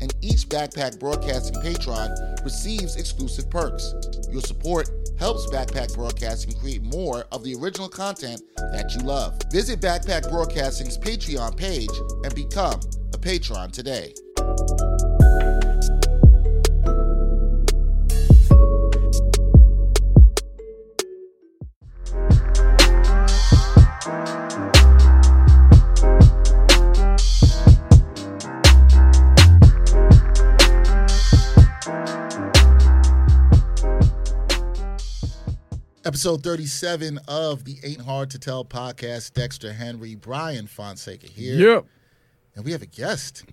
and each Backpack Broadcasting patron receives exclusive perks. Your support helps Backpack Broadcasting create more of the original content that you love. Visit Backpack Broadcasting's Patreon page and become a patron today. Episode 37 of the Ain't Hard to Tell podcast. Dexter Henry, Brian Fonseca here. Yep. And we have a guest.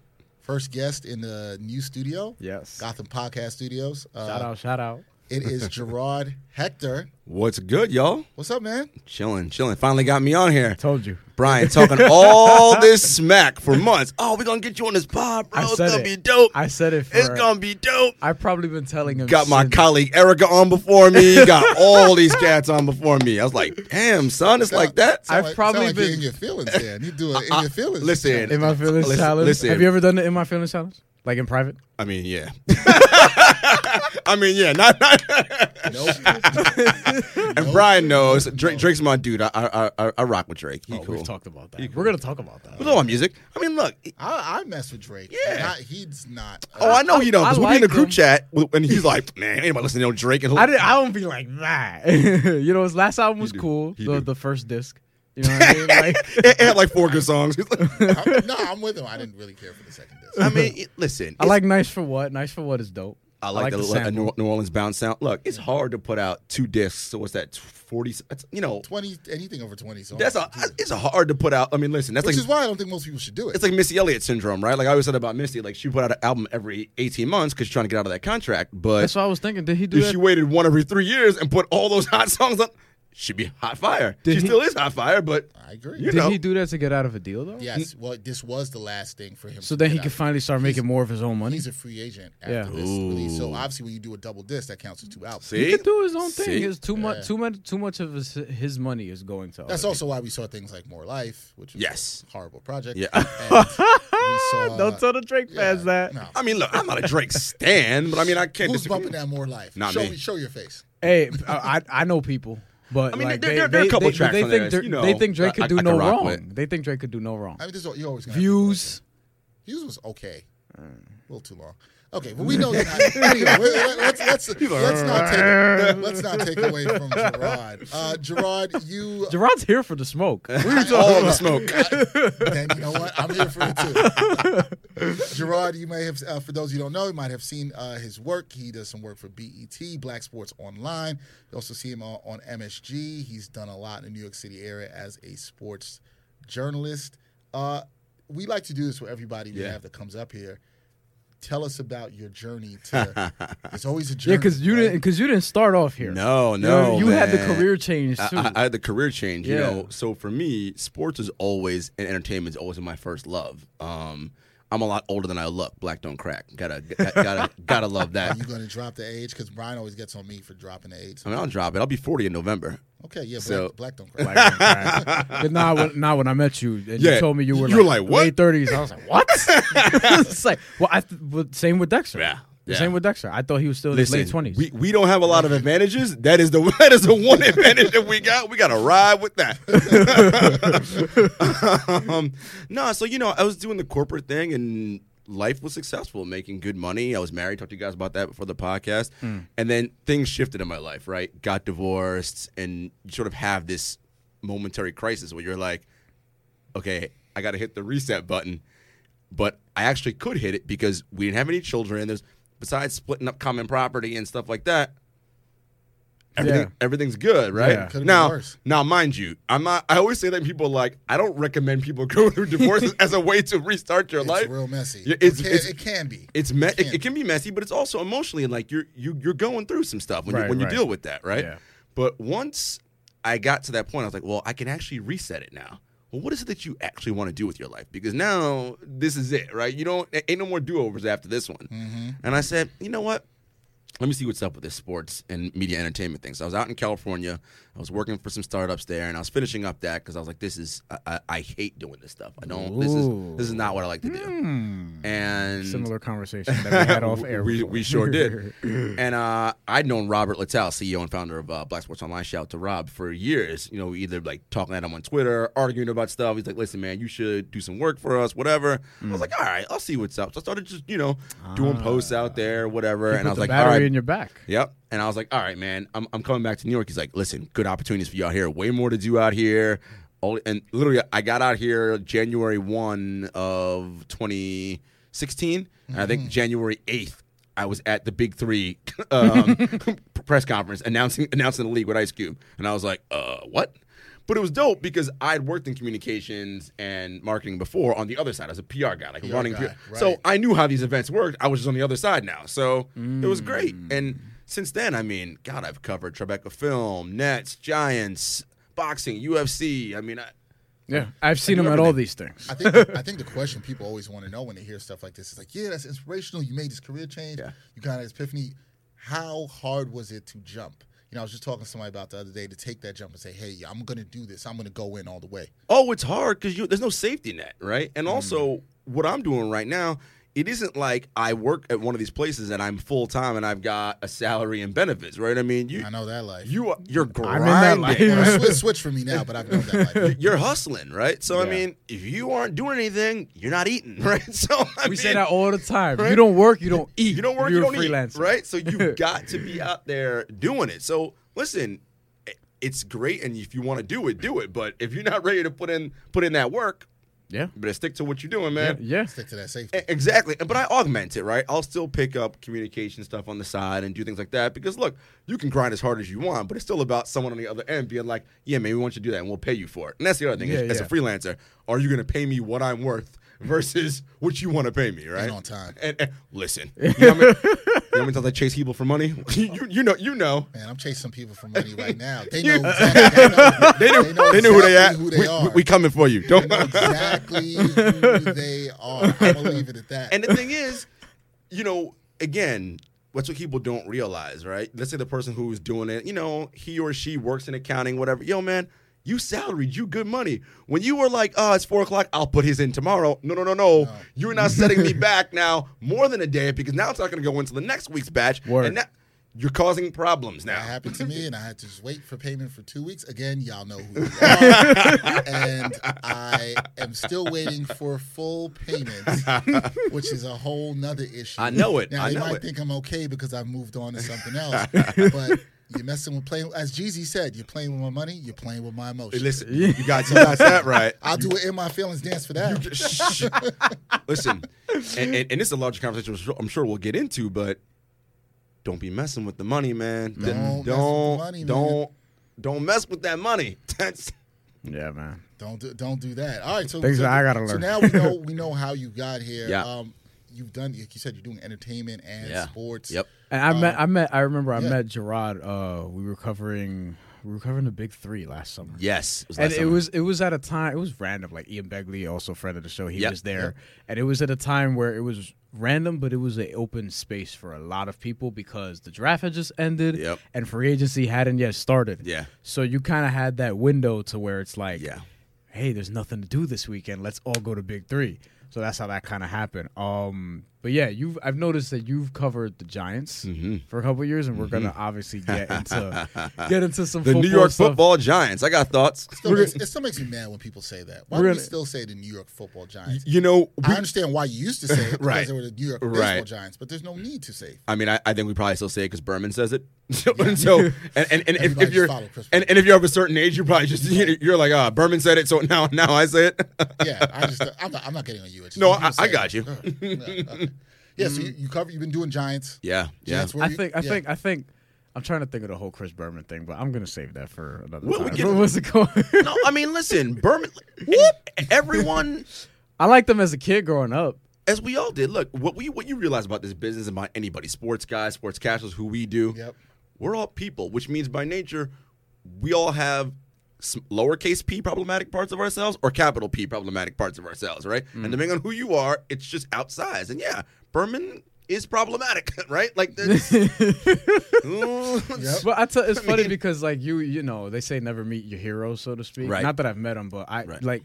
First guest in the new studio. Yes. Gotham Podcast Studios. Uh, Shout out, shout out. It is Gerard Hector. What's good, y'all? What's up, man? Chilling, chilling. Finally got me on here. Told you. Brian talking all this smack for months. Oh, we're gonna get you on this pod, bro. I It's said gonna it. be dope. I said it for it's gonna be dope. I've probably been telling him. Got my since- colleague Erica on before me. Got all these cats on before me. I was like, damn, son, it's like that. Sound I've like- sound probably like you're been- in your feelings there. And you do it in your feelings. Listen, In my feelings Listen, challenge. listen. Have you ever done the in my feelings challenge? Like in private? I mean, yeah. I mean, yeah. Not, not Nope. and Brian knows. Drake, Drake's my dude. I, I, I, I rock with Drake. He Oh, cool. We've talked about that. We're gonna talk about that. With all my music. I mean, look. I, I mess with Drake. Yeah. Not- he's not. uh, Oh, I know he don't. I Cause we be in a like group him. chat, with- and he's like, "Man, anybody listening to no Drake?" And he'll- I didn't. I don't be like that. you know, his last album was do. cool. He The, do. the first disc. You know what I mean? Like, it had like four good songs. He's like- I'm- no, I'm with him. I didn't really care for the second disc. I mean, it- listen, I like nice for what. Nice for what is dope. I like, the, sample. a New New Orleans bounce sound. Look, it's hard to put out two discs. So what's that? Forty? That's, you know, 20, anything over 20 songs. that's a. too. It's hard to put out. I mean, listen, that's Which like is why I don't think most people should do it. it's like Missy Elliott syndrome, right? Like I always said about Missy, like she put out an album every eighteen months because she's trying to get out of that contract. But That's what I was thinking. Did he do if that? she waited one every three years and put all those hot songs up, she'd be hot fire. Did she he- still is hot fire, but I agree. You Did know, he do that to get out of a deal though? yes. Well, this was the last thing for him. So to then get he out. could finally start making more of his own money. He's a free agent after Yeah. this release. So obviously, when you do a double disc, that counts as two albums. see, He can do his own thing. See? It's too much. Too much. Too much of his, his money is going to. That's other also why we saw things like More Life, which was Yes. a horrible project. Yeah. And we saw, Don't tell the Drake yeah, fans that. No. I mean, look, I'm not a Drake stan, but I mean, I can't. Who's disagree. bumping that More Life? Not show me. Show your face. Hey, I I I know people, but I mean, like, there- they, there- there are a they- couple they- tracks they on think there, they're- you know, they think Drake I- could I- do I no can rock wrong. with. They think Drake could do no wrong. I mean, this is, you always gonna have people like Views. that. Views was okay. Uh. A little too long. Okay, but we know. You're not, you know, let's, let's, let's, let's not take let's not take away from Gerard. Uh, Gerard, you Gerard's here for the smoke. all of the smoke. then you know what? I'm here for it too. Gerard, you may have, uh, for those you don't know, you might have seen uh, his work. He does some work for BET, Black Sports Online. You also see him uh, on, on MSG. He's done a lot in the New York City area as a sports journalist. Uh, we like to do this for everybody we Yeah. have that comes up here. Tell us about your journey to. it's always a journey. yeah, because you right? didn't because you didn't start off here. No, You no, know, you had the man. career change I- too. I, I had the career change, you Yeah. know. So for me, sports is always and entertainment is always my first love. Um, I'm a lot older than I look. Black don't crack. Gotta gotta gotta love Are that. you going to drop the age? Because Brian always gets on me for dropping the age. I mean, I'll drop it. I'll be 40 in November. Okay, yeah, black, Um, So- black don't crack. but now, when, now when I met you, and Yeah, you told me you were you were like, like, what? late thirties, I was like, what? it's like, well, I th- but same with Dexter. Yeah, yeah. Same with Dexter. I thought he was still in his late twenties. We, we don't have a lot of advantages. That is the that is the one advantage that we got. We got to ride with that. um, no, so you know, I was doing the corporate thing and life was successful, making good money. I was married. Talked to you guys about that before the podcast, Hmm. and then things shifted in my life. Right, got divorced, and you sort of have this momentary crisis where you're like, okay, I got to hit the reset button. But I actually could hit it because we didn't have any children. There's besides splitting up common property and stuff like that. Everything, Yeah. everything's good, right? Yeah. Could've been Now, worse. now, mind you, I'm not. I always say that people are like I don't recommend people go through divorces as a way to restart your It's life. real messy. Yeah, it's- it, can, it's- it can be. It's me- It it, can. it can be messy, but it's also emotionally like you're you, you're going through some stuff when you, Right, when right. you deal with that, right? Yeah. But once I got to that point, I was like, well, I can actually reset it now. Well, what is it that you actually want to do with your life? Because now this is it, right? You don't a- ain't no more do overs after this one. Mm-hmm. And I said, you know what? Let me see what's up with this sports and media entertainment thing. So I was out in California. I was working for some startups there, and I was finishing up that because I was like, "This is I, I, I hate doing this stuff. I don't. This Ooh. is this is not what I like to do." And Hmm. Similar conversation that we had off air. we, before. we sure did. and uh, I'd known Robert Littell, CEO and founder of uh, Black Sports Online, shout out to Rob, for years. You know, either like talking at him on Twitter, arguing about stuff. He's like, listen, man, you should do some work for us, whatever. I Mm. was like, all right, I'll see what's up. So I started just, you know, doing posts out there, whatever. You and put I was Ah. the like, all battery right. in your back. Yep. And I was like, all right, man, I'm, I'm coming back to New York. He's like, listen, good opportunities for y'all here. Way more to do out here. All, and literally, I got out here January 1 of 2016. And I think January 8th, I was at the Big Three um, press conference announcing announcing the league with Ice Cube. And I was like, uh, what? But it was dope because I'd worked in communications and marketing before on the other side as a PR guy, like running. guy, PR. So right. I knew how these events worked. I was just on the other side now. So it was great. Mm. And since then, I mean, God, I've covered Tribeca Film, Nets, Giants, boxing, UFC. I mean, I, Yeah, I've seen him at all these things. I think the, I think the question people always want to know when they hear stuff like this is like, yeah, that's inspirational. You made this career change. Yeah. You got an epiphany. How hard was it to jump? You know, I was just talking to somebody about the other day to take that jump and say, hey, I'm going to do this. I'm going to go in all the way. oh, it's hard because there's no safety net, right? Mm. And also, what I'm doing right now, it isn't like I work at one of these places and I'm full time and I've got a salary and benefits, right? I mean, you I know that life. you are, you're I'm grinding. in that life. Well, it's- it's switch for me now, but I've known that life. You're hustling, right? So I Yeah. mean, if you aren't doing anything, you're not eating, right? So I we mean, say that all the time. right? You don't work, you don't eat. You don't work, You're you a don't freelancer. eat, right? So you've got to be out there doing it. So listen, i- it's great, and if you want to do it, do it. But if you're not ready to put in put in that work, Yeah. you better stick to what you're doing, man. Yeah. Stick to that safety. E- Exactly, but I augment it, right? I'll still pick up communication stuff on the side and do things like that because look, you can grind as hard as you want, but it's still about someone on the other end being like, "Yeah, man, we want you to do that, and we'll pay you for it." And that's the other thing. Yeah, as, as a yeah. freelancer, are you going to pay me what I'm worth versus what you want to pay me, right? Mm-hmm. on time. And, and- listen, you know what I mean? you know how many times I chase Hebel for money? you, you- you know, you know. Man, I'm chasing some people for money right now. They know exactly, They knew, they know knew who they at. exactly who they we, are. we- we coming for you. Don't. exactly who they are. I'm gonna leave it at that. And the thing is, you know, again, that's what people don't realize, right? Let's say the person who's doing it, you know, he or she works in accounting, whatever. Yo, man, you salaried, you good money. When you were like, oh, it's four o'clock, I'll put his in tomorrow. No, no, no, no. You're not setting me back now more than a day because now it's not going to go into the next week's batch. Word. And that, you're causing problems now. that happened to me, and I had to just wait for payment for two weeks. Again, y'all know who you are. and I am still waiting for full payment, which is a whole nother issue. I know it. Now, I they know might it. think I'm okay because I've moved on to something else, but you're messing with playing. As Jeezy said, you're playing with my money, you're playing with my Hey, emotions. Listen, you got, you got that right. I'll do it in my feelings dance for that. Shh. Listen, and, and, and this is a larger conversation I'm sure- I'm sure we'll get into, but don't be messing with the money, man. Don't mess with Th- the don't, money, man. don't, don't mess with that money. That's Yeah, man. Don't do, don't do that. All right, so Things so, that I gotta So learn. now we know we know how you got here. Yeah. Um, you've done like you said you're doing entertainment and sports. Yep. Uh, And I met, I met, I remember, I yeah. met Gerard. Uh, we were covering we were covering the big three last summer. Yes, it was And last it summer. was it was at a time it was random. Like Ian Begley, also a friend of the show, he Yep, was there, and it was at a time where it was random, but it was an open space for a lot of people because the draft had just ended, Yep. and free agency hadn't yet started. Yeah. so you kind of had that window to where it's like, Yeah. hey, there's nothing to do this weekend. Let's all go to Big Three. So that's how that kind of happened. Um, but yeah, you've I've noticed that you've covered the Giants Mm-hmm. for a couple of years, and we're gonna obviously get into get into some the New football York stuff. Football Giants. I got thoughts. Still makes, it still makes me mad when people say that. Why We're do we gonna- still say the New York Football Giants? You know, I understand why you used to say it because Right. they were the New York Baseball Right. Giants, but there's no need to say. I mean, I, I think we probably still say it because Berman says it. So, and so, and, and, and if, Everybody if just you're follow Chris and, Berman. and if you're of a certain age, you probably just you're like, ah, Berman said it, so now now I say it. Yeah, I just I'm not, I'm not getting on you. It's just No, when people I- I say it. got you. Ugh, no, okay. yeah, so you, you cover. You've been doing Giants. yeah, yeah. Giants, where I you- think I yeah. think I think I'm trying to think of the whole Chris Berman thing, but I'm gonna save that for another Well, we time. can- What was it called? No, I mean, listen, Berman. Everyone, I liked him as a kid growing up. as we all did. Look, what we what you realize about this business and about anybody, sports guys, sports casuals, who we do. Yep. We're all people, which means by nature, we all have s- lowercase p problematic parts of ourselves or capital P problematic parts of ourselves, right? And depending on who you are, it's just outsized. And yeah, Berman is problematic, right? Like, that's- Ooh, But I tell it's funny because like you you know they say never meet your heroes so to speak. Right. Not that I've met them, but I Right. like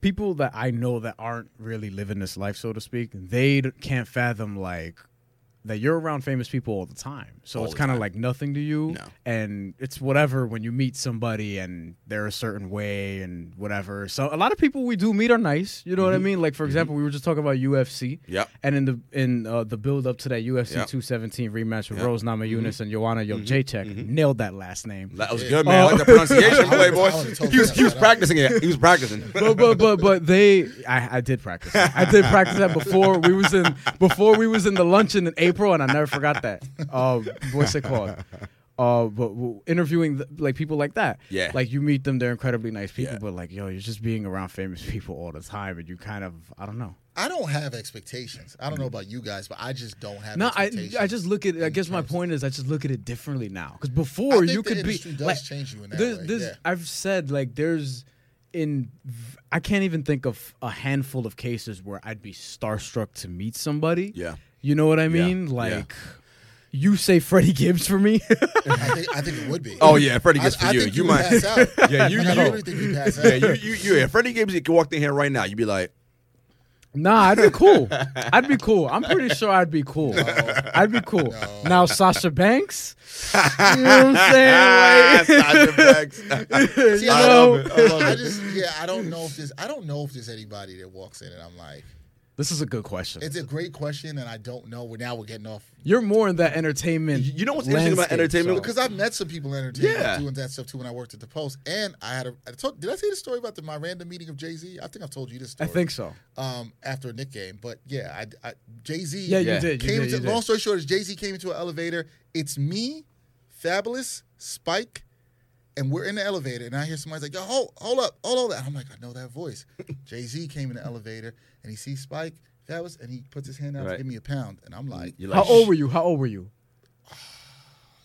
people that I know that aren't really living this life so to speak. They d- can't fathom like that you're around famous people all the time. So All it's the kind of time. like nothing to you No. and it's whatever when you meet somebody and they're a certain way and whatever. So a lot of people we do meet are nice, you know what I mean? Like for example, we were just talking about UFC. Mm-hmm. Yep. And in the in uh, the build up to that UFC Yep. 217 rematch with Rose Namajunas Mm-hmm. and Joanna Jacek, nailed that last name. that was good, man. I like the pronunciation, Playboy. He was, he was practicing it. He was practicing. but but but but they I, I did practice that. I did practice that before we was in before we was in the luncheon in April and I never forgot that. Uh, what's it called? Uh, but w- interviewing th- like people like that, Yeah. Like you meet them, they're incredibly nice people, Yeah. but like yo, you're just being around famous people all the time, and you kind of I don't know. I don't have expectations. I don't know about you guys, but I just don't have. No, I expectations. I just look at. I in guess my terms of- point is I just look at it differently now. Because I before think the you could be industry does like, change you in that there's, way, there's- yeah. I've said like there's in v- I can't even think of a handful of cases where I'd be starstruck to meet somebody. Yeah. you know what I Yeah, mean. yeah. Like you say Freddie Gibbs for me. I think, I think it would be. Oh, yeah, Freddie gets I, for I you. Think You would might- pass out. Yeah, you- I you- really think you pass out. Yeah, you, you, you, yeah. Freddie Gibbs, you could walk in here right now. You'd be like, Nah, I'd be cool. I'd be cool. I'm pretty sure I'd be cool. I'd be cool. Now Sasha Banks, you know what I'm saying? ah, Like- Sasha Banks. See, I I, love don't- it. I I just yeah, I don't know if there's I don't know if there's anybody that walks in and I'm like, this is a good question. it's a great question, and I don't know. We're now we're getting off You're more in that entertainment. You know what's interesting about landscape, entertainment? so- because I've met some people in entertainment Yeah. doing that stuff too when I worked at the Post, and I had a I told, did I tell you the story about the my random meeting of Jay Z? I think I've told you this I story. think so. um, after a Nick game. But yeah, I, Jay Z. Yeah, you Yeah. did. You came did, into you did. long story short is Jay Z came into an elevator. It's me, Fabulous, Spike, and we're in the elevator. And I hear somebody's like, "Yo, hold, hold up, hold all that." I'm like, I know that voice. Jay Z came in the elevator and he sees Spike, Fabulous, and he puts his hand out Right. to give me a pound, and I'm like, You're How like, old were you? How old were you?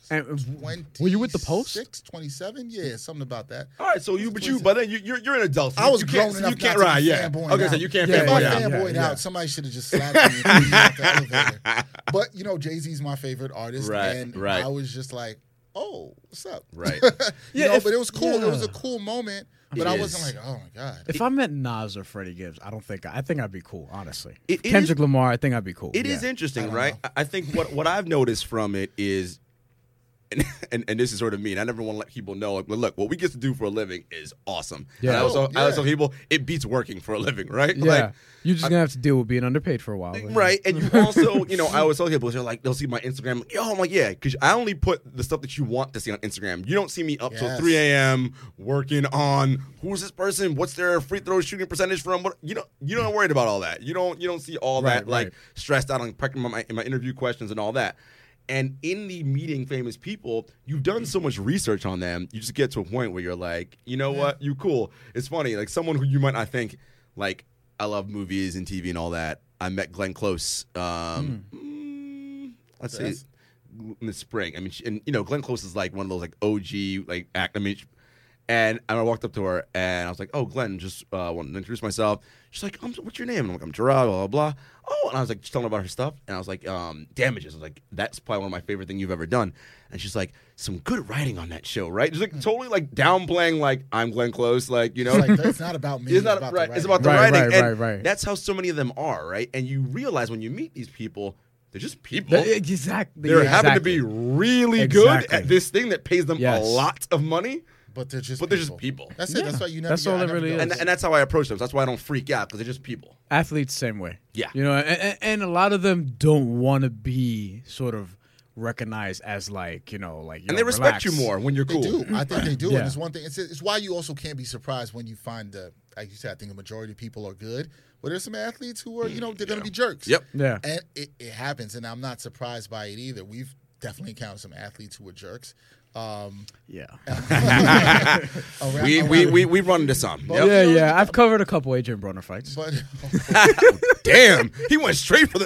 And w- were you with the post? 26, 27? Yeah, something about that. All right, so you, but you, but then you, you're, you're an adult. I was you grown can't, enough You can't not to ride, be yeah. fanboying Okay, out. so you can't If Yeah, I fanboy yeah, out. yeah. fanboyed out, somebody should have just slapped me. and threw me out the elevator. But you know, Jay Z's my favorite artist, Right, and right. I was just like, "Oh, what's up?" Right. you Yeah, know, if- but it was cool. It was a yeah. cool moment. But It I is. wasn't like, "Oh my god." If I met Nas or Freddie Gibbs, I don't think I think I'd be cool. Honestly, It- it Kendrick is- Lamar, I think I'd be cool. It is interesting, right? I I think what what I've noticed from it is, and and, and this is sort of mean. I never want to let people know, like, but look, what we get to do for a living is awesome. Yeah. And I also, I Oh, also yeah. people, it beats working for a living, right? Yeah, Like, you're just gonna have to deal with being underpaid for a while, Right, and you also, you know, I always tell people, they're like, they'll see my Instagram, like, yo, I'm like, yeah, because I only put the stuff that you want to see on Instagram. You don't see me up till Yes. 3 a.m. working on who's this person, what's their free throw shooting percentage from, what you know, you don't worry about all that. You don't, you don't see all Right, that like right. stressed out on prepping my in my interview questions and all that. And in the meeting famous people, you've done so much research on them, you just get to a point where you're like, you know what, you cool. It's funny, like someone who you might not think, like, I love movies Hmm. and TV and all that. I met Glenn Close. Um, mm, let's see, in the spring. I mean, she, and you know, Glenn Close is like one of those like OG like act. I mean, she- and I walked up to her and I was like, "Oh, Glenn, just uh, wanted to introduce myself." She's like, um "What's your name?" And I'm like, "I'm Gerard." Blah, blah blah. Oh, and I was like, just telling her about her stuff, and I was like, um, "Damages." I was like, "That's probably one of my favorite things you've ever done." And she's like, "Some good writing on that show, right?" Just like totally like downplaying like I'm Glenn Close, like you know, It's like it's not about me. it's not about right. The writing. it's about the Right, writing. right, and right, right. That's how so many of them are, right? And you realize when you meet these people, they're just people. Th- exactly. they happen Oh. to be exactly. really good Exactly. at this thing that pays them Yes. a lot of money, But they're just but they're just people. That's it. That's why you never. That's yeah, all I it never really go is. And, there. and that's how I approach them. So that's why I don't freak out because they're just people. athletes same way. Yeah. You know, and, and a lot of them don't want to be sort of recognized as like, you know, like And they respect you more when you're They cool. do. I think they do. Yeah. And it's one thing. It's, it's why you also can't be surprised when you find the, like you said, I think the majority of people are good, but there's some athletes who are, you know, they're going to be jerks. Yep. Yeah. And it, it happens. And I'm not surprised by it either. We've definitely encountered some athletes who were jerks. Um, Yeah. around, We, around- we, we, we run into some. Yep. Yeah, yeah. I've covered a couple Adrian Broner fights. But Damn. He went straight for the.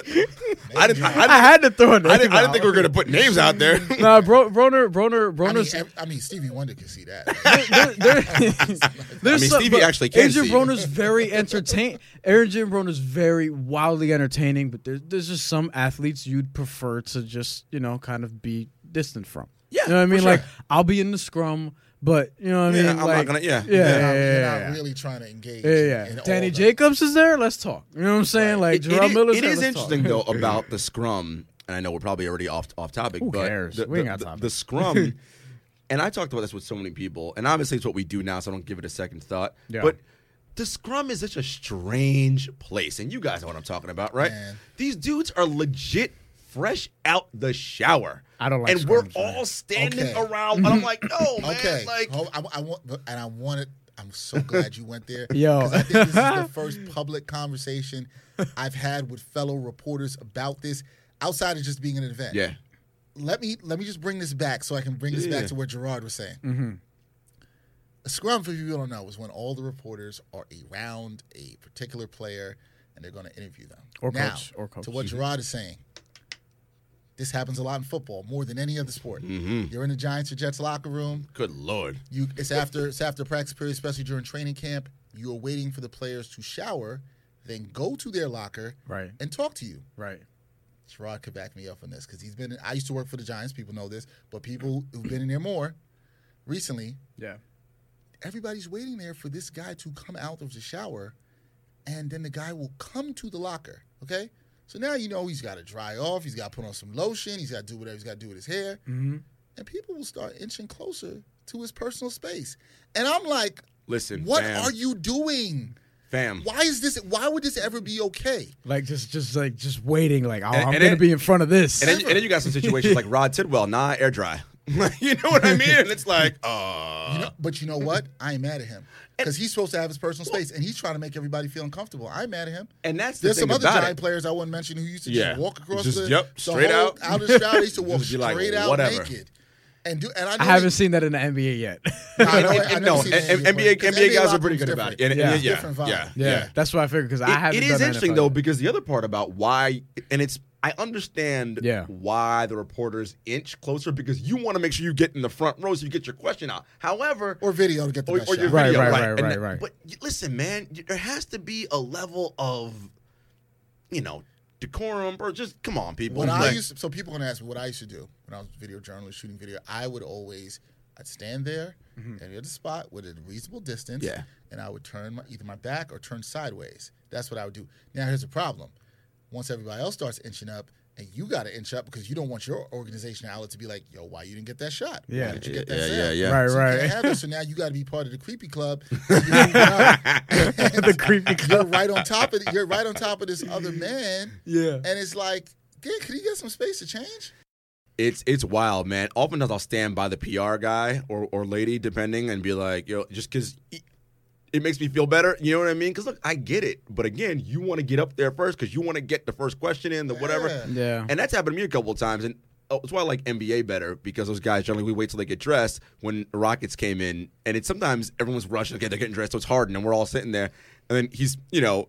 I didn't, I, I didn't, had to throw it. I didn't, I didn't think we were going to put names out there. Nah, Bro, Broner, Broner, I mean, Broner's. ev- I mean, Stevie Wonder could see that. there- there- there's I mean, some- Stevie but actually can Adrian see. Broner's very entertain. Adrian Broner's very wildly entertaining, but there's there's just some athletes you'd prefer to just you know kind of be distant from. Yeah, you know what I for mean. sure. Like I'll be in the scrum, but you know what I Yeah, mean. I'm not Like, gonna- yeah. yeah, Yeah, You're yeah, not- yeah, you're yeah, not really trying to engage. yeah, yeah. in all Danny the- Jacobs is there. Let's talk. You know what I'm saying? Like It- it Jerome is- Miller's it there, is let's talk. interesting though about the scrum, and I know we're probably already off off topic. Who but cares? The, We ain't the- got the- time. The scrum, and I talked about this with so many people, and obviously it's what we do now, so I don't give it a second thought. Yeah. But the scrum is such a strange place, and you guys know what I'm talking about, right? Man. These dudes are legit fresh out the shower. I don't like and we're scrums, man. all standing Okay. around, and I'm like, no, man, Okay. like. Hold- I, I want, but- and I wanted. I'm so glad you went there. Yo. 'Cause I think this is the first public conversation I've had with fellow reporters about this, outside of just being at an event. Yeah. Let me let me just bring this back, so I can bring this Yeah. back to what Gerard was saying. Mm-hmm. A scrum, for people who don't know, is when all the reporters are around a particular player and they're going to interview them. Or now, coach, or coach. To what Gerard is saying, this happens a lot in football more than any other sport. Mm-hmm. You're in the Giants or Jets locker room. Good lord. You it's after it's after practice period, especially during training camp. You are waiting for the players to shower, then go to their locker Right. and talk to you. Right. Sherrod could back me up on this because he's been. I used to work for the Giants. People know this, but people who've been in there more recently, Yeah. everybody's waiting there for this guy to come out of the shower, and then the guy will come to the locker. Okay, so now you know he's got to dry off. He's got to put on some lotion. He's got to do whatever he's got to do with his hair, Mm-hmm. and people will start inching closer to his personal space. And I'm like, Listen, what fam. are you doing? Fam. Why is this? Why would this ever be okay? Like just just like just waiting. Like oh, And- I'm and gonna it- be in front of this. And then, and then you got some situations like Rod Tidwell, nah, air dry. you know what I mean? And it's like, uh, You know- but you know what? I ain't mad at him because he's supposed to have his personal space, and he's trying to make everybody feel uncomfortable. I'm mad at him. And that's the there's some thing other about giant it. players I wouldn't mention who used to Yeah. just walk across Just, the yep, the straight whole- out. out of the shower. They used to walk Just be straight like, out whatever. naked, and do. And I, know I haven't they- seen that in the NBA yet. No, I know- I And- never and no, seen that and- in NBA, because NBA guys are locker pretty room's good about it. different. And- and- Yeah. yeah, Different vibe. yeah, Yeah, yeah. that's what I figured because I It- haven't. it done is that interesting NFL though yet. because the other part about why, and it's I understand Yeah. why the reporters inch closer because you want to make sure you get in the front row so you get your question out. However, Or video to get the or, best or your shot. Right, video, right, And right, right, th- right. But y- listen, man, y- there has to be a level of, you know, decorum or just come on, people. What I Like, used so people gonna ask me what I used to do when I was a video journalist shooting video. I would always I'd stand there at the other spot with a reasonable distance, Mm-hmm. Yeah. and I would turn my, either my back or turn sideways. That's what I would do. Now here's the problem: once everybody else starts inching up, and you got to inch up because you don't want your organization outlet to be like, "Yo, why you didn't get that shot? Yeah. why did you get that Yeah, sale? yeah, yeah. Right, So you right. can't have this, so now you got to be part of the creepy club. So you're moving up. the creepy. you're right on top of you're right on top of this other man. Yeah. And it's like, yeah, could he get some space to change? It's it's wild, man. Oftentimes I'll stand by the PR guy or, or lady, depending, and be like, yo, just because it makes me feel better. You know what I mean? Because look, I get it, but again, you want to get up there first because you want to get the first question in, the whatever. Yeah. Yeah. And that's happened to me a couple of times, and oh, that's why I like NBA better because those guys generally we wait till they get dressed. When the Rockets came in, and it's sometimes everyone's rushing, okay, they're getting dressed, so it's Harden, and we're all sitting there, and then he's you know.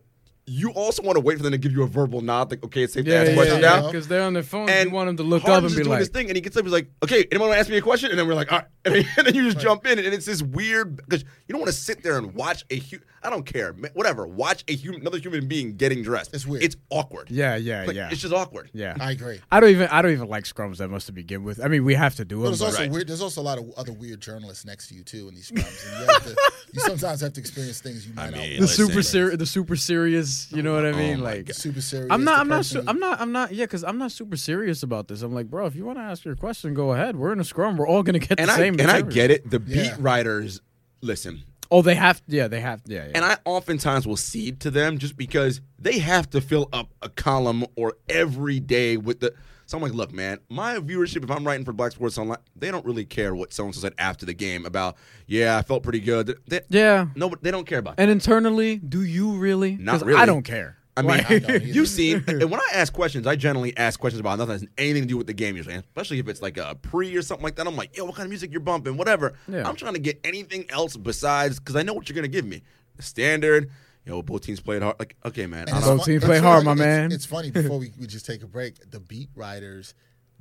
you also want to wait for them to give you a verbal nod, like, okay, it's safe Yeah, to ask yeah, questions yeah, now. because they're on their phone. And you want them to look Harden's up and just be doing like, his thing, and he gets up. He's like, "Okay, anyone want to ask me a question?" And then we're like, "All right," and then you just jump in, and it's this weird because you don't want to sit there and watch a human. I don't care, ma- whatever. Watch a human, another human being getting dressed. It's weird. It's awkward. yeah, yeah, Like, yeah, It's just awkward. yeah. I agree. I don't even I don't even like scrums that much to begin with. I mean, we have to do But them. there's also weird. There's also a lot of other weird journalists next to you too in these scrums. And you, have to, you sometimes have to experience things you might not. mean, want the to super experience. serious, the super serious. You know what I mean? Oh my like, Super serious. I'm not, the I'm not, person su- I'm not, I'm not. Yeah, because I'm not super serious about this. I'm like, bro, if you want to ask your question, go ahead. We're in a scrum. We're all gonna get And the I same. and I material. get it. The Yeah. beat writers listen, Oh, they have. Yeah, they have. Yeah, yeah. and I oftentimes will cede to them just because they have to fill up a column or every day with the. So I'm like, look, man, my viewership, if I'm writing for Black Sports Online, they don't really care what so and so said after the game about, yeah, I felt pretty good. They- yeah. No, but they don't care about that. And internally, do you really? Not 'Cause really. I don't care. I mean, Like- don't either. you've seen, and when I ask questions, I generally ask questions about nothing that has anything to do with the game usually, especially if it's like a pre or something like that. I'm like, yo, what kind of music you're bumping, whatever. Yeah. I'm trying to get anything else besides, because I know what you're going to give me. Standard, you know, both teams played hard. Like, okay, man. And I it's don't, Both fun- teams it's play funny- hard, my it's- man. It's, funny. Before we, we just take a break, the beat writers.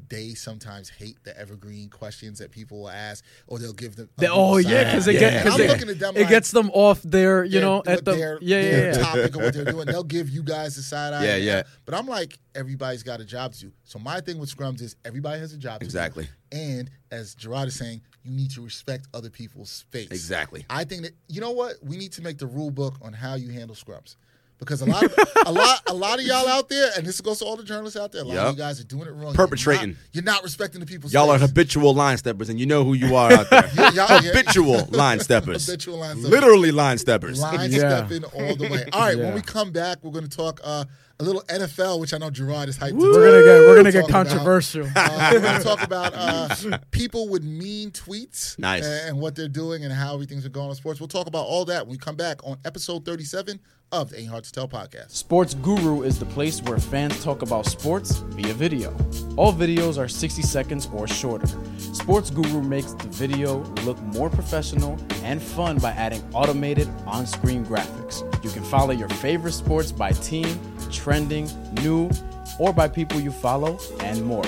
They sometimes hate the evergreen questions that people will ask, or they'll give them. a They- oh little side yeah, because they eye. get And because I'm looking at them it like, gets them off their you their- know at the their, yeah yeah their yeah. topic of what they're doing. They'll give you guys the side eye. Yeah, yeah. But I'm like, everybody's got a job to do. So my thing with scrums is everybody has a job. Exactly. To do. And as Gerard is saying, you need to respect other people's space. Exactly. I think that you know what we need to make the rule book on how you handle scrums. Because a lot, of, a lot, a lot of y'all out there, and this goes to all the journalists out there. A lot Yep. of you guys are doing it wrong, You're not- Perpetrating. You're not, respecting the people's. y'all are space. habitual line steppers, and you know who you are out there. Yeah, y'all- yeah. habitual line steppers. Habitual line steppers. Literally line steppers. Line Yeah. stepping all the way. All right, when Yeah. we come back, we're going to talk uh, a little NFL, which I know Gerard is hyped. to We're gonna get we're gonna get talk about. controversial. Uh, we're going to talk about uh, people with mean tweets Nice. and, and what they're doing and how everything's been going on in sports. We'll talk about all that when we come back on episode 37 of the Ain't Hard to Tell podcast. Sports Guru is the place where fans talk about sports via video. All videos are 60 seconds or shorter. Sports Guru makes the video look more professional and fun by adding automated on screen graphics. You can follow your favorite sports by team, trending, new, or by people you follow, and more.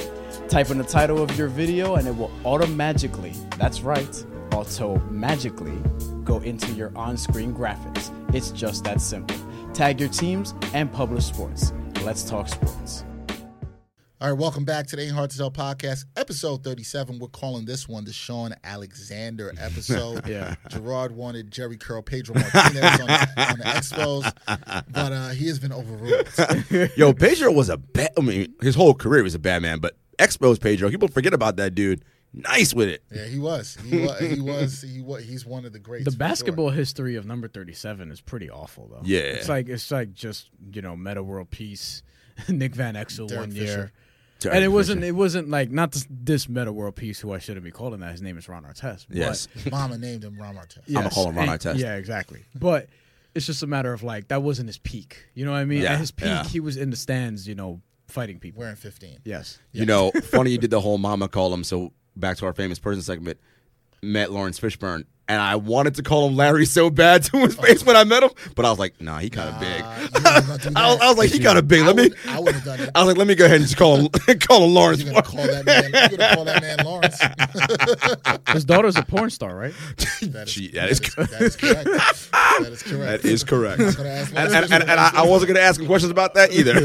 Type in the title of your video and it will automatically, that's right, automatically go into your on screen graphics. It's just that simple. Tag your teams and publish sports. Let's talk sports. All right, welcome back to the Ain't Hard to Tell podcast, episode 37. We're calling this one the Sean Alexander episode. Yeah. Gerard wanted Jerry Curl, Pedro Martinez on, on the Expos, but uh, he has been overruled. Yo, Pedro was a bad. I mean, his whole career was a bad man, but Expos Pedro, people forget about that dude. Nice with it. Yeah, he was. He was. He was. He was. He's one of the greats. The for sure. basketball history of number thirty-seven is pretty awful, though. Yeah. it's like it's like just you know meta world peace. Nick Van Exel Derek one Fisher. year, Derek and it wasn't Fisher. it wasn't like not this, this meta world peace who I shouldn't be calling that. His name is Ron Artest. but- Yes. Mama named him Ron Artest. I'ma call him Ron and- Artest. Yeah, exactly. But it's just a matter of like that wasn't his peak. You know what I mean? Yeah, At his peak, yeah. he was in the stands, you know, fighting people. Wearing fifteen. Yes. You know, funny you did the whole mama call him. So back to our famous person segment, met Lawrence Fishburne, and I wanted to call him Larry so bad to his face when I met him, but I was like, nah, he kind of big. Uh, you ain't gonna do I, was- I that. was like, he kind of big. I Let me. wouldn't- I wouldn't have done it. I was like, let me go ahead and just call him, call him Lawrence. You're gonna call that man. You're gonna call that man Lawrence. His daughter's a porn star, right? That is, Gee, that is, that is correct. That is correct. That is correct. and gonna ask Lawrence and, and, and I, I wasn't going to ask him questions about that either. I'm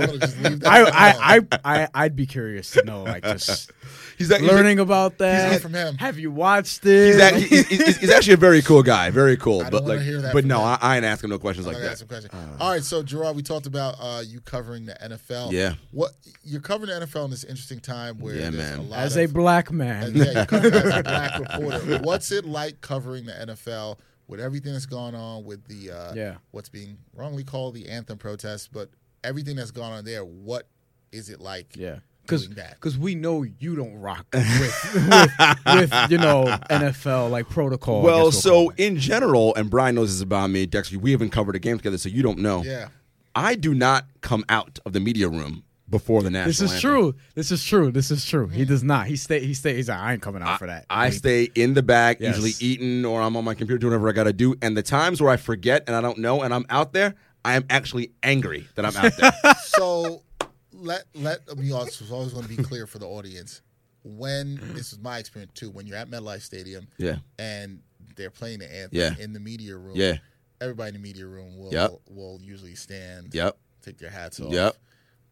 gonna just leave that I, alone. I, I, I, I'd be curious to know, like, just he's like, he's like- learning about that. not from him. Have you watched it? He's, act- he's, he's, he's actually a very cool guy, very cool. don't But wanna like, hear that but from no, him. I, I ain't asking no questions like I got that. some questions. All right, so Gerard, we talked about uh, you covering the NFL. Yeah. what you're covering the NFL in this interesting time where Yeah, there's man. a lot As of, a black as, man. yeah, you're covering as a black reporter. What's it like covering the NFL with everything that's gone on with the uh, Yeah. what's being wrongly called the anthem protest, but everything that's gone on there? What is it like? Yeah. Because doing that. we know you don't rock with, with, with you know NFL like protocol. Oh, I Well, guess we'll call so it. in general, and Brian knows this about me, Dexter. We haven't covered a game together, so you don't know. Yeah. I do not come out of the media room before the national. this is anthem. true. This is true. This is true. He does not. He stay. He stay. He's like, I ain't coming out for that. I He- stay in the back, Yes. usually eating, or I'm on my computer doing whatever I got to do. And the times where I forget and I don't know, and I'm out there, I am actually angry that I'm out there. so let let me also always want to be clear for the audience. When this is my experience too, when you're at MetLife Stadium, Yeah. and they're playing the anthem Yeah. in the media room, Yeah. everybody in the media room will Yep. will usually stand, Yep. take their hats off, Yep.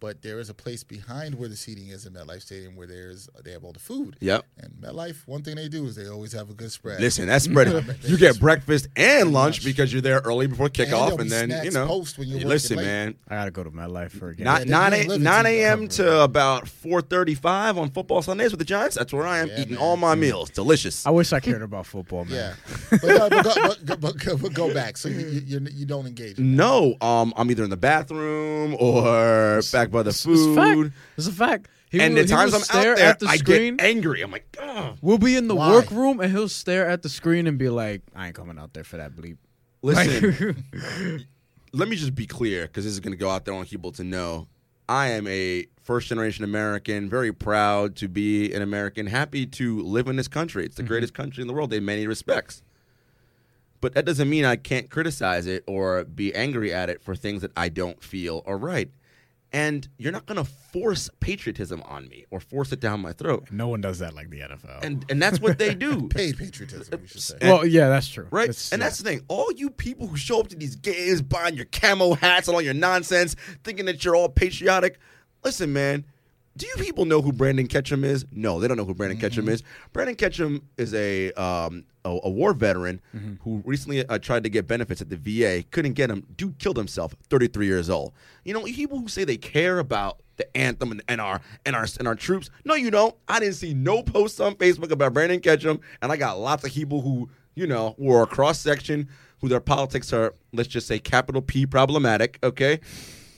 But there is a place behind where the seating is in MetLife Stadium where there's they have all the food, Yep. And MetLife, one thing they do is they always have a good spread. Listen, that's spread. you get breakfast and lunch because you're there early before there'll kickoff, be and, then you snacks know. post when you're working listen, late. man. I gotta go to my life for a game. Not they nine can't a- live in nine Tampa. a.m. to about four thirty-five on football Sundays with the Giants. That's where I am Yeah, eating man. Mm. all my meals. Delicious. I wish I cared about football, man. Yeah, but, no, but, go, but, go- but, go, but go back. So you you, you're- you don't engage. No, um, I'm either in the bathroom or back by the It's a food. fact. It's a fact. He And will- the he will times I'm stare out there, at the I screen. get angry. I'm like, Ugh. we'll be in the Why? workroom, and he'll stare at the screen and be like, "I ain't coming out there for that bleep." listen. let me just be clear because this is going to go out there on people to know I am a first generation American, very proud to be an American, happy to live in this country. Mm-hmm. It's the greatest country in the world in many respects. But that doesn't mean I can't criticize it or be angry at it for things that I don't feel are right. And you're not going to force patriotism on me or force it down my throat. No one does that like the NFL. And and that's what they do. Paid patriotism, we should say. well, yeah, that's true. Right, That's- and yeah. that's the thing. All you people who show up to these games buying your camo hats and all your nonsense, thinking that you're all patriotic. Listen, man, do you people know who Brandon Ketchum is? No, they don't know who Brandon Ketchum Mm-hmm. is. Brandon Ketchum is a um, a, a war veteran Mm-hmm. who recently uh, tried to get benefits at the VA, couldn't get them. Dude killed himself, 33 years old. You know, you people who say they care about the anthem and, and our and our and our troops. No, you don't. I didn't see no posts on Facebook about Brandon Ketchum, and I got lots of people who you know were a cross section who their politics are let's just say capital P problematic. Okay,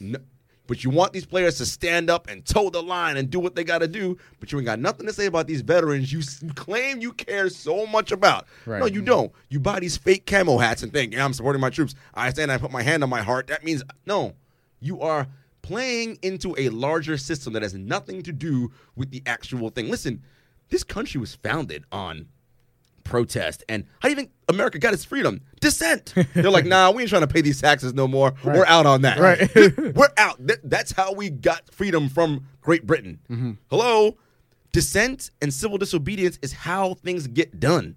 no, but you want these players to stand up and toe the line and do what they got to do, but you ain't got nothing to say about these veterans you s- claim you care so much about. Right. No, you don't. You buy these fake camo hats and think, yeah, I'm supporting my troops. I stand, I put my hand on my heart. That means, no, you are playing into a larger system that has nothing to do with the actual thing. Listen, this country was founded on protest. And how do you think America got its freedom? Dissent. They're like, nah, we ain't trying to pay these taxes no more. We're out on that. Right. We're out. Th- that's how we got freedom from Great Britain. Mm-hmm. Hello? Dissent and civil disobedience is how things get done.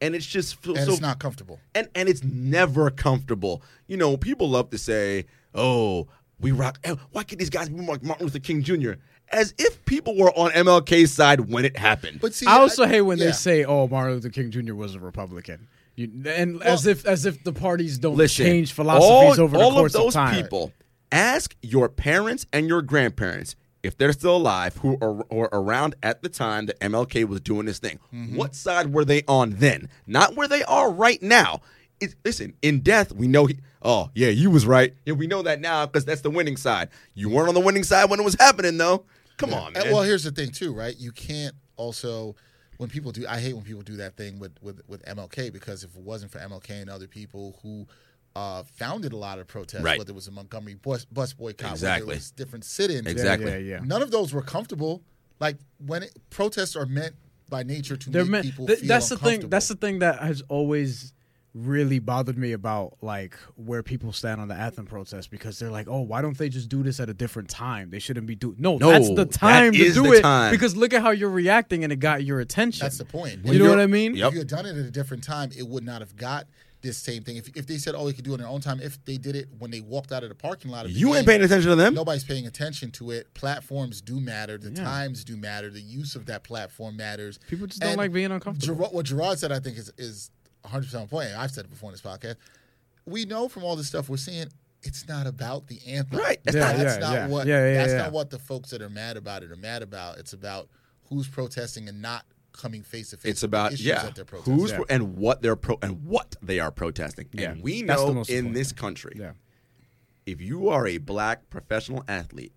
And it's just f- And so it's not comfortable. and and it's never comfortable. You know, people love to say, "Oh, we rock." eh, Why can't these guys be like Martin Luther King Jr.? As if people were on MLK's side when it happened. But see, I also hate when yeah. they say, "Oh, Martin Luther King Jr. was a Republican," you, and as if as if the parties don't Listen, change philosophies all, over the all course of of, those time. people. Ask your parents and your grandparents if they're still alive, who are, were around at the time that MLK was doing this thing. Mm-hmm. What side were they on then? Not where they are right now. It's, listen, in death, we know. He, oh yeah, you was right. Yeah, we know that now because that's the winning side. You weren't on the winning side when it was happening, though. Come on, man. And, well, here's the thing too, right? You can't also when people do. I hate when people do that thing with with with MLK because if it wasn't for MLK and other people who uh, founded a lot of protests, Right. whether it was a Montgomery bus, bus boycott, Exactly. whether it was different sit-ins, exactly. Yeah, yeah. None of those were comfortable. Like when it, protests are meant by nature to They're make meant, people th- feel that's the thing. uncomfortable. That's the thing that has always really bothered me about like where people stand on the anthem protest because they're like, oh, why don't they just do this at a different time? They shouldn't be doing. No, No, that's the that time to is do the it time. because look at how you're reacting and it got your attention. That's the point. You know what I mean? Yep. If you had done it at a different time, it would not have got this same thing. If, if they said, "Oh, we could do it in our own time," if they did it when they walked out of the parking lot, of the You ain't game, paying attention to them. Nobody's paying attention to it. Platforms do matter. The times do matter. The use of that platform matters. People just don't like being uncomfortable. Gerard, what Gerard said, I think, is is 100 percent on point. I've said it before in this podcast. We know from all the stuff we're seeing, it's not about the anthem. Right. It's Yeah, that's yeah, not yeah. what. Yeah, yeah, that's yeah. not what the folks that are mad about it are mad about. It's about who's protesting and not coming face to face. It's about issues yeah, that they're protesting. who's pro- and what they're pro and what they are protesting. Yeah, and we that's the know most in important this thing. country, Yeah. if you are a black professional athlete,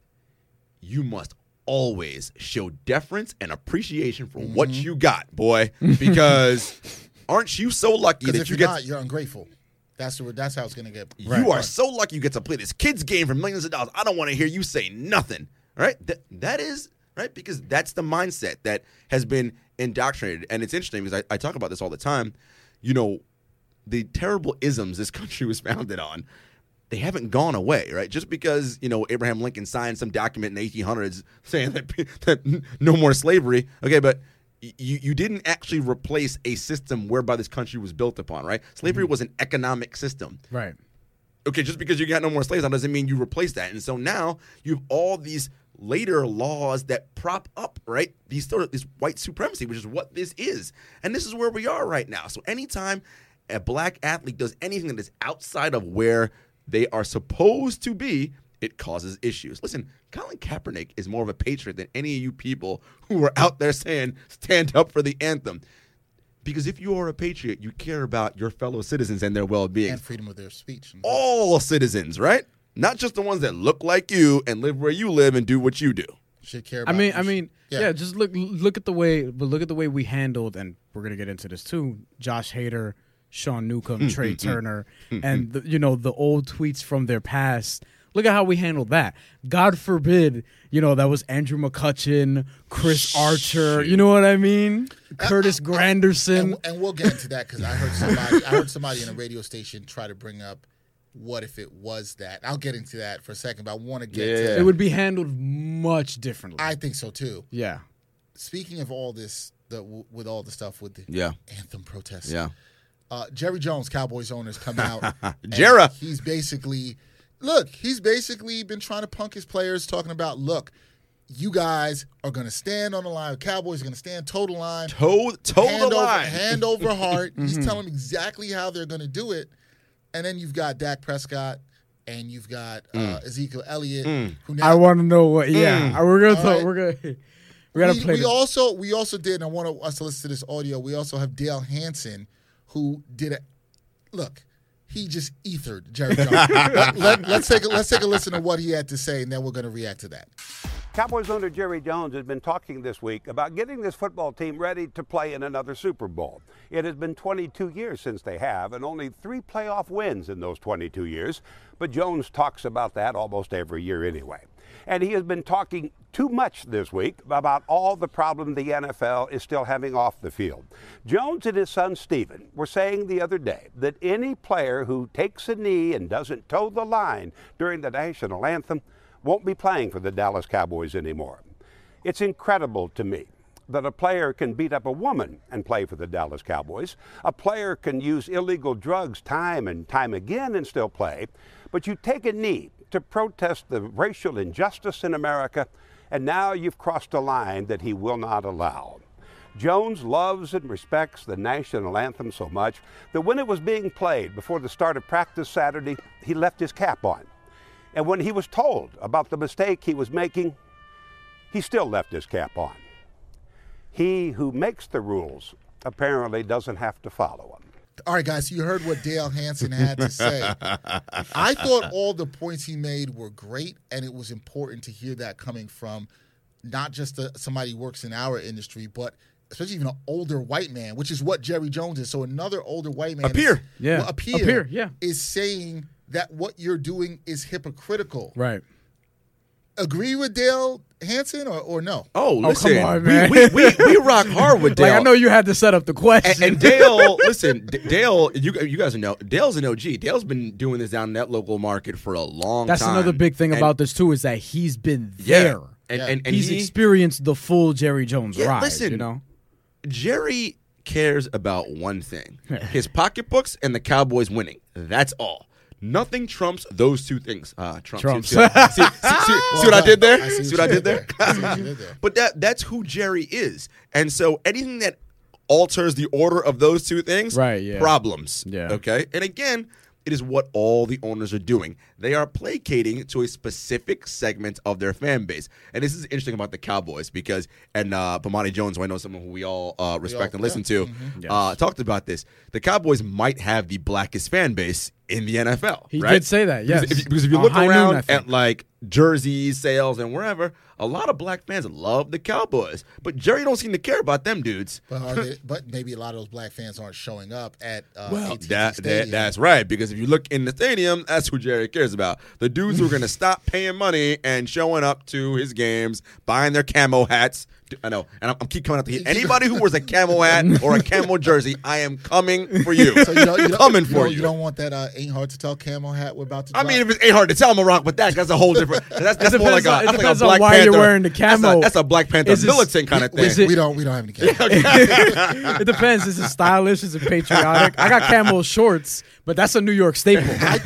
you must always show deference and appreciation for what Mm-hmm. you got, boy, because aren't you so lucky Because that if you you're get not, you're ungrateful. That's the, that's how it's gonna get. you are so lucky you get to play this kids game for millions of dollars. I don't want to hear you say nothing. All right? That that is right because that's the mindset that has been indoctrinated. And it's interesting because I, I talk about this all the time. You know, the terrible isms this country was founded on. they haven't gone away, right? Just because you know Abraham Lincoln signed some document in the 1800s saying that, that no more slavery, okay, but y- you you didn't actually replace a system whereby this country was built upon, right? Slavery was an economic system Right. okay, just because you got no more slaves, that doesn't mean you replace that. And so now you have all these later laws that prop up, right? These sort of this white supremacy, which is what this is. And this is where we are right now. So anytime a black athlete does anything that is outside of where they are supposed to be, it causes issues. Listen, Colin Kaepernick is more of a patriot than any of you people who are out there saying, stand up for the anthem. Because if you are a patriot, you care about your fellow citizens and their well being and freedom of their speech. And all citizens, right? Not just the ones that look like you and live where you live and do what you do. should care I about. mean, you I should- mean, yeah. Just look, look at the way, but look at the way we handled, and we're gonna get into this too. Josh Hader, Sean Newcomb, Trey Turner, and the, you know the old tweets from their past. Look at how we handled that. God forbid, you know that was Andrew McCutcheon, Chris Archer. You know what I mean? uh, Curtis Granderson. and, and we'll get into that because I heard somebody, I heard somebody in a radio station try to bring up, what if it was that? I'll get into that for a second, but I want to get. Yeah. to It would be handled much differently. I think so too. yeah. Speaking of all this, the with all the stuff with the Yeah. anthem protests, Uh, Jerry Jones, Cowboys owner, has come out. and Jera. He's basically, look, he's basically been trying to punk his players, talking about, look, you guys are going to stand on the line. Cowboys are going to stand toe the line. Toe, toe hand the over, line. Mm-hmm. Hand over heart. He's telling them exactly how they're going to do it. And then you've got Dak Prescott and you've got uh, Mm. Ezekiel Elliott, who now I want to know what. Yeah, Uh, we're gonna. Talk, right. We're gonna. We gotta we, play. we this. also we also did, and I want to- us to listen to this audio. We also have Dale Hansen, who did a look. He just ethered Jerry Jones. let, us take a, let's take a listen to what he had to say, and then we're going to react to that. Cowboys owner Jerry Jones has been talking this week about getting this football team ready to play in another Super Bowl. It has been 22 years since they have, and only three playoff wins in those 22 years. But Jones talks about that almost every year anyway. And he has been talking too much this week about all the problem the NFL is still having off the field. Jones and his son Steven were saying the other day that any player who takes a knee and doesn't toe the line during the national anthem won't be playing for the Dallas Cowboys anymore. It's incredible to me that a player can beat up a woman and play for the Dallas Cowboys. A player can use illegal drugs time and time again and still play. But you take a knee to protest the racial injustice in America, and now you've crossed a line that he will not allow. Jones loves and respects the national anthem so much that when it was being played before the start of practice Saturday, he left his cap on. And when he was told about the mistake he was making, he still left his cap on. He who makes the rules apparently doesn't have to follow them. All right, guys, you heard what Dale Hansen had to say. I thought all the points he made were great, and it was important to hear that coming from not just a, somebody who works in our industry, but especially even an older white man, which is what Jerry Jones is. So another older white man, A peer. is- Yeah. well, a A peer, peer, yeah. is saying that what you're doing is hypocritical. right. Agree with Dale Hansen or, or no? Oh, listen, on, we- man. we, we, we rock hard with Dale. Like I know you had to set up the and, question. and Dale, listen, D- Dale, you you guys know Dale's an OG. Dale's been doing this down in that local market for a long That's time. another big thing And- about this too is that he's been yeah, there. And, and, and he's he- experienced the full Jerry Jones Yeah, ride. listen. you know. Jerry cares about one thing his pocketbooks and the Cowboys winning. That's all. Nothing trumps those two things. Ah, Trump. Trumps. See, see, see, see- see what I did there? I see what I did there? I see what you did there. But that that's who Jerry is. And so anything that alters the order of those two things, Right, yeah. problems. Yeah. Okay. And again, it is what all the owners are doing. They are placating to a specific segment of their fan base. And this is interesting about the Cowboys because and uh Bomani Jones, who I know someone who we all uh, respect and listen to, uh, talked about this. The Cowboys might have the blackest fan base in the NFL. He right? did say that, Because yes. if you- because if you On look High Noon, around I at think. like jersey sales and wherever, a lot of black fans love the Cowboys, but Jerry don't seem to care about them dudes. But, are they, but maybe a lot of those black fans aren't showing up at uh, AT&T that, that Stadium. that's right because if you look in the stadium, that's who Jerry cares about. The dudes who are gonna stop paying money and showing up to his games, buying their camo hats. D- I know, and I'm, I'm keep coming out to hit anybody who wears a camo hat or a camo jersey. I am coming for you. So you don't, you don't, coming you for don't- You don't want that uh, ain't hard to tell camo hat we're about to. I drop. mean, if it's ain't hard to tell I'm a rock, but that that's a whole different. That's, that's more like a, depends on- it depends that's like a on Black why you're Panther. wearing the that's a- camo. That's a Black Panther Is this- militant kind of thing. is it- we don't we don't have any camo. it depends. Is it stylish? Is it patriotic? I got camel shorts, but that's a New York staple. I think,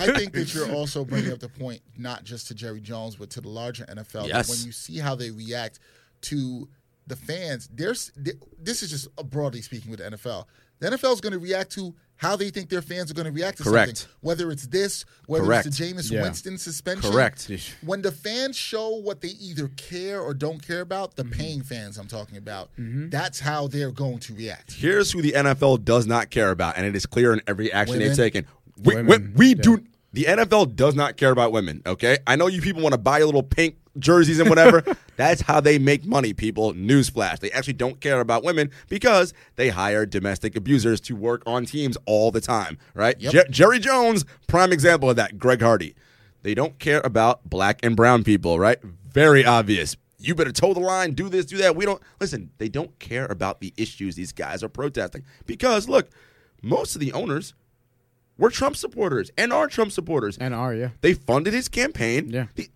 I think that you're also bringing up the point not just to Jerry Jones but to the larger NFL. that Yes. When you see how they react to the fans, there's th- this is just uh, broadly speaking with the NFL. The NFL is going to react to how they think their fans are going to react to Correct. something, whether it's this, whether Correct. it's the Jameis Yeah. Winston suspension. Correct. When the fans show what they either care or don't care about, Mm-hmm. the paying fans I'm talking about, Mm-hmm. that's how they're going to react. Here's who the NFL does not care about, and it is clear in every action they've Women. taken. We, we- we do. The NFL does not care about women. Okay, I know you people want to buy little pink jerseys and whatever. That's how they make money, people. Newsflash: They actually don't care about women because they hire domestic abusers to work on teams all the time. Right? Jer- Jerry Jones, prime example of that. Greg Hardy. They don't care about black and brown people, right? Very obvious. You better toe the line, do this, do that. We don't listen, they don't care about the issues these guys are protesting. Because look, most of the owners were Trump supporters and are Trump supporters. and are yeah. They funded his campaign. Yeah. The-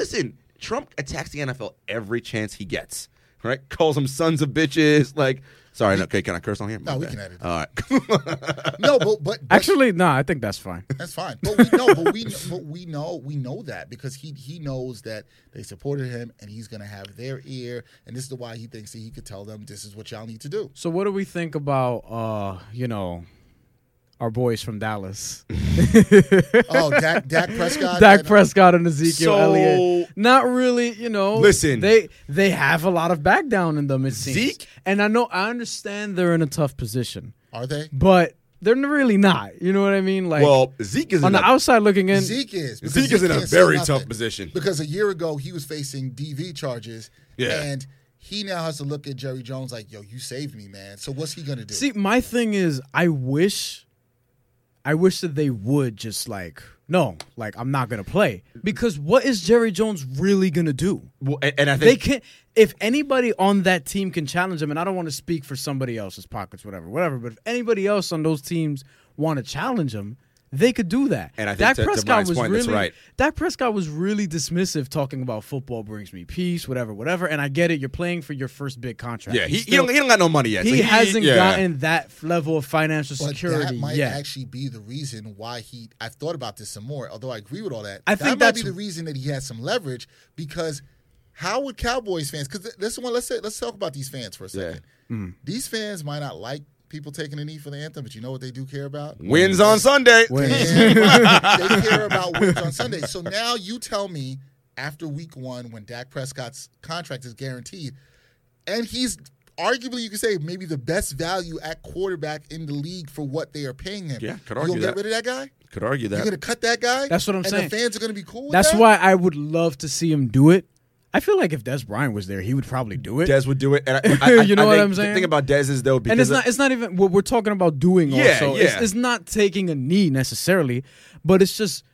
listen, Trump attacks the NFL every chance he gets. Right? Calls them sons of bitches. Like, sorry, no, okay, can I curse on here? My No, we bad. can edit it. All right. No, but but, but Actually, no, I think that's fine. That's fine. But we know, but we but we know we know that because he he knows that they supported him and he's gonna have their ear and this is why he thinks that he could tell them this is what y'all need to do. So, what do we think about uh, you know, our boys from Dallas, Oh, Dak, Dak Prescott. Dak and- Prescott and Ezekiel So- Elliott? Not really, you know. Listen. they they have a lot of back down in them. It seems. Zeke? and I know I understand they're in a tough position, Are they? but they're really not. You know what I mean? Like well, Zeke is on the in a- outside looking in, Zeke is. because Zeke is in a can't say very nothing. tough position. Because a year ago he was facing DV charges. Yeah. And he now has to look at Jerry Jones like, yo, you saved me, man. So what's he gonna do? See, my thing is, I wish, I wish that they would just like, no, like I'm not gonna play because what is Jerry Jones really gonna do? Well, and, and I They think can, if anybody on that team can challenge him, and I don't want to speak for somebody else's pockets, whatever, whatever. But if anybody else on those teams want to challenge him, they could do that. And I think Dak to- to Prescott Brian's was point, really, that's right. Dak Prescott was really dismissive, talking about football brings me peace, whatever, whatever. And I get it, you're playing for your first big contract. yeah, he, He's he, don't, still- he don't got no money yet. so he hasn't yeah. gotten that f- level of financial but that security might yet. actually be the reason why he. I've thought about this some more, although I agree with all that. I that think might be that's- the reason that he has some leverage because how would Cowboys fans? Because this one, let's say, let's talk about these fans for a second. Mm. These fans might not like people taking a knee for the anthem, but you know what they do care about? Wins on Sunday. And they care about wins on Sunday. So now you tell me after week one, when Dak Prescott's contract is guaranteed, and he's arguably, you could say, maybe the best value at quarterback in the league for what they are paying him. Yeah, could You'll argue get that. rid of that guy? Could argue You're that. going to cut that guy? That's what I'm and saying. the fans are going to be cool with That's that? why I would love to see him do it. I feel like if Des Bryant was there, he would probably do it. Des would do it, and I, I, You know I what think, I'm saying? The thing about Des is though, because and it's of- not it's not even what we're talking about doing Yeah, also. It's, yeah. it's not taking a knee necessarily, but it's just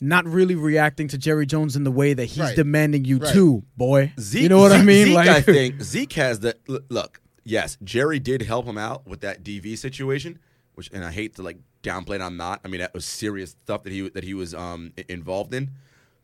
not really reacting to Jerry Jones in the way that he's Right. demanding you Right. to, boy. Zeke, you know what I Zeke- mean? Zeke, like I think Zeke has the l- look. Yes, Jerry did help him out with that DV situation, which and I hate to like downplay it. I'm not. I mean, that was serious stuff that he that he was um i- involved in.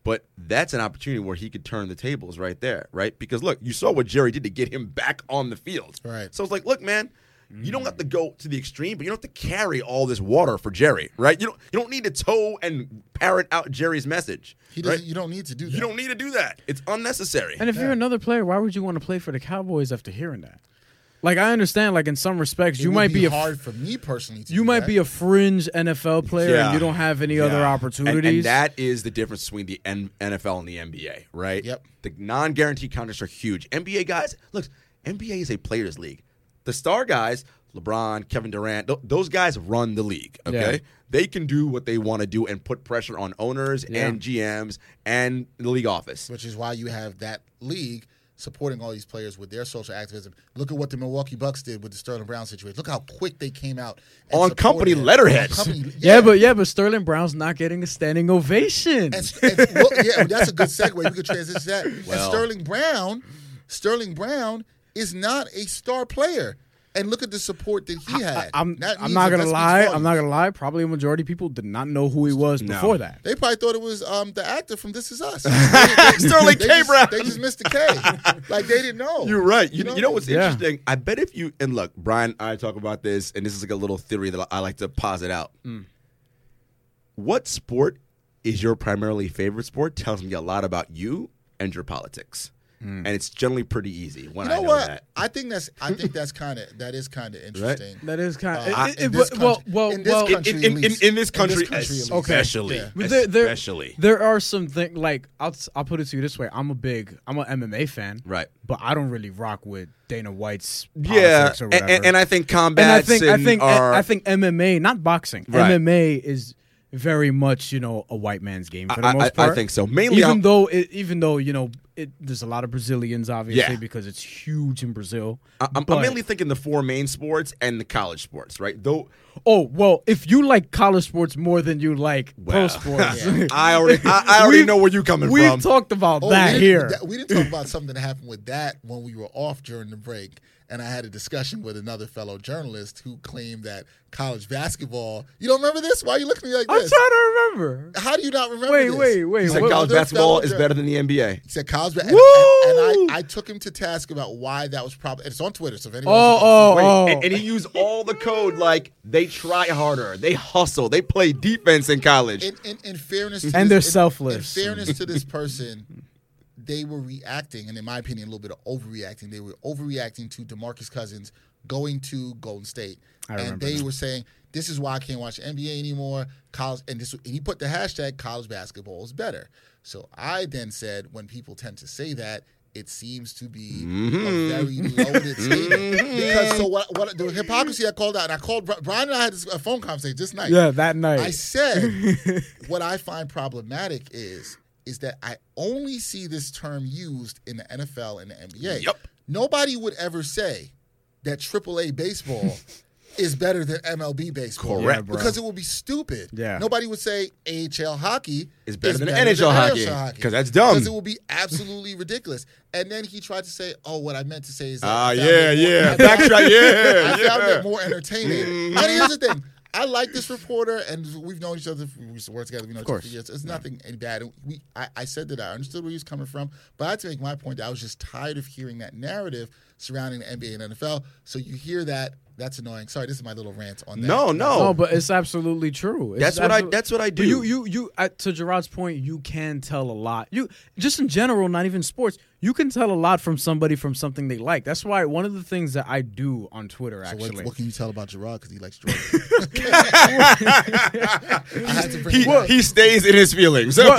But that's an opportunity where he could turn the tables right there, right? Because look, you saw what Jerry did to get him back on the field. Right. So it's like, look, man, you don't have to go to the extreme, but you don't have to carry all this water for Jerry, right? You don't you don't need to toe and parrot out Jerry's message. He doesn't, right? You don't need to do that. You don't need to do that. It's unnecessary. And if you're another player, why would you want to play for the Cowboys after hearing that? Like I understand, like in some respects, It you would might be, be a hard for me personally to You do might that. be a fringe NFL player Yeah. and you don't have any other Yeah. opportunities. And, and that is the difference between the N- NFL and the NBA, right? Yep. The non-guaranteed contracts are huge. NBA guys, look, NBA is a players' league. The star guys, LeBron, Kevin Durant, th- those guys run the league. Okay, Yeah. they can do what they want to do and put pressure on owners Yeah. and GMs and the league office. which is why you have that league supporting all these players with their social activism. Look at what the Milwaukee Bucks did with the Sterling Brown situation. Look how quick they came out and On supported company him. letterheads. yeah. but yeah, but Sterling Brown's not getting a standing ovation. And, and- well, yeah, that's a good segue. We could transition to that. Well. And Sterling Brown, Sterling Brown is not a star player. And look at the support that he had. I'm, That I'm means not that gonna that speaks lie. I'm volumes. not gonna lie. Probably a majority of people did not know who he was before that. They probably thought it was um, the actor from This Is Us. They- they- Sterling they K. just- Brown. They just missed the K. Like they didn't know. You're right. You, you, know, what's Yeah. interesting? I bet if you and look, Brian, and I talk about this, and this is like a little theory that I like to posit out. What sport is your primarily favorite sport? Tells me a lot about you and your politics, and it's generally pretty easy when You know I know what? that. I think that's. I think that's kind of. That is kind of interesting. That is kind. Uh, Of, I- it, in it, this well, country- well, in this well, country, In, in, in, least. in this In this country, country, at least. Okay. especially, Yeah. But there, there, especially. there are some things like I'll I'll put it to you this way: I'm a big I'm a MMA fan, Right. But I don't really rock with Dana White's yeah, politics or and, whatever. and, and I think combat. And I think I think are, I think MMA, not boxing, Right. MMA is very much you know a white man's game for the I- I- I most part. think so. Mainly even I'm- though it, even though you know it, there's a lot of Brazilians obviously Yeah. because it's huge in Brazil. I- I'm, but- I'm mainly thinking the four main sports and the college sports, right? Though Oh well, if you like college sports more than you like pro Well, sports, I already, I, I already We've- know where you're coming we've from. talked about Oh, that we didn't- here. that- we didn't talk about something that happened with that when we were off during the break, and I had a discussion with another fellow journalist who claimed that college basketball. You don't remember this? Why are you looking at me like I'm trying this? to remember. How do you not remember? Wait, this? wait, wait. He said What- college Other basketball fellow is jo- better than the NBA. He said college, ba- and, and, Woo! and I, I took him to task about why that was probably. It's on Twitter, so if anyone. Oh, oh, Wait, oh. and, and he used all the code like they try harder, they hustle, they play defense in college. in, in, in fairness, to this, And they're in- selfless. In, fairness to this person, they were reacting, and in my opinion, a little bit of overreacting. They were overreacting to Demarcus Cousins going to Golden State, and they were saying, "This is why I can't watch NBA anymore." College, and this, and he put the hashtag "College basketball is better." So I then said, when people tend to say that. It seems to be a very loaded statement because so what? What the hypocrisy I called out, and I called Bri- Brian and I had this, a phone conversation this night. yeah, that night. I said what I find problematic is is that I only see this term used in the NFL and the NBA. Yep. Nobody would ever say that AAA baseball is better than MLB baseball. Correct. Yeah, bro. because it would be stupid. Yeah. Nobody would say AHL hockey Is better than NHL hockey, 'cause that's dumb. Because it would be absolutely ridiculous. And then he tried to say, "Oh, what I meant to say is that Ah, I found yeah, it more- yeah. I found it Backtrack, yeah, I found yeah. Mm-hmm. it more entertaining. And here's the thing. I like this reporter, and we've known each other. We used to work together. We know each other for years. It's nothing bad. And We, I, I said that I understood where he was coming from, but I had to make my point that I was just tired of hearing that narrative surrounding the NBA and NFL. So you hear that, that's annoying. Sorry, this is my little rant on that. No, no, no, but it's absolutely true. It's That's what I- absolu- that's what I But do. You, you, you. I, to Gerard's point, you can tell a lot. You just in general, not even sports. You can tell a lot from somebody from something they like. That's why one of the things that I do on Twitter So Oh, actually. what, what can you tell about Gerard? Because he likes Gerard. I had to bring he it up. he stays in his feelings. but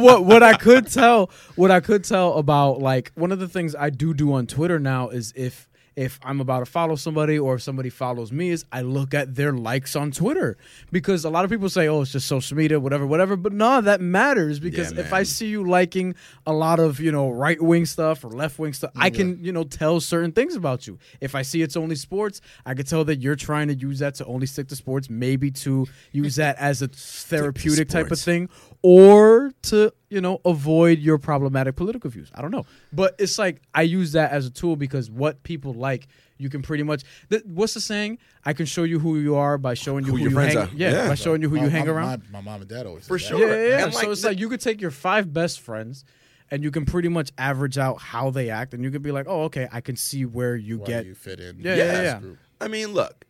what what I could tell what I could tell about like one of the things I do do on Twitter now is if if I'm about to follow somebody or if somebody follows me is I look at their likes on Twitter because a lot of people say oh it's just social media whatever whatever but no that matters because if I man. see you liking a lot of you know right wing stuff or left wing stuff I can you know tell certain things about you if I see it's only sports I could tell that you're trying to use that to only stick to sports maybe to use that as a therapeutic type of sports. thing thing or to you know avoid your problematic political views i don't know but it's like i use that as a tool because what people like you can pretty much th- what's the saying i can show you who you are by showing you Who who, your you friends hang are. yeah, Yeah. by showing you who My- you hang my- around My, my mom and dad always For said that. sure. yeah, yeah, yeah. And, so like, it's the- like you could take your five best friends and you can pretty much average out how they act and you could be like oh okay i can see where you Where get you fit in? Yeah, yeah, this yeah. group. I mean, look,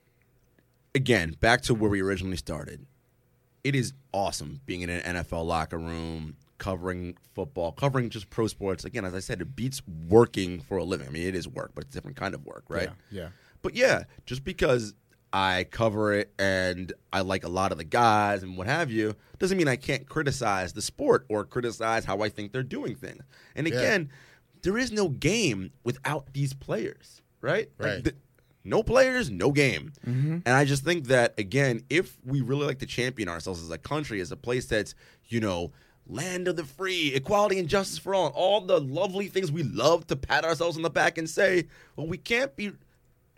again, back to where we originally started. It is awesome being in an NFL locker room, covering football, covering just pro sports. Again, as I said, it beats working for a living. I mean, it is work, but it's a different kind of work, right? yeah. But yeah, just because I cover it and I like a lot of the guys and what have you, doesn't mean I can't criticize the sport or criticize how I think they're doing things. And again, there is no game without these players, right? Like, Right. th- no players, no game. And I just think that again, if we really like to champion ourselves as a country, as a place that's you know land of the free, equality and justice for all, and all the lovely things we love to pat ourselves on the back and say, well, we can't be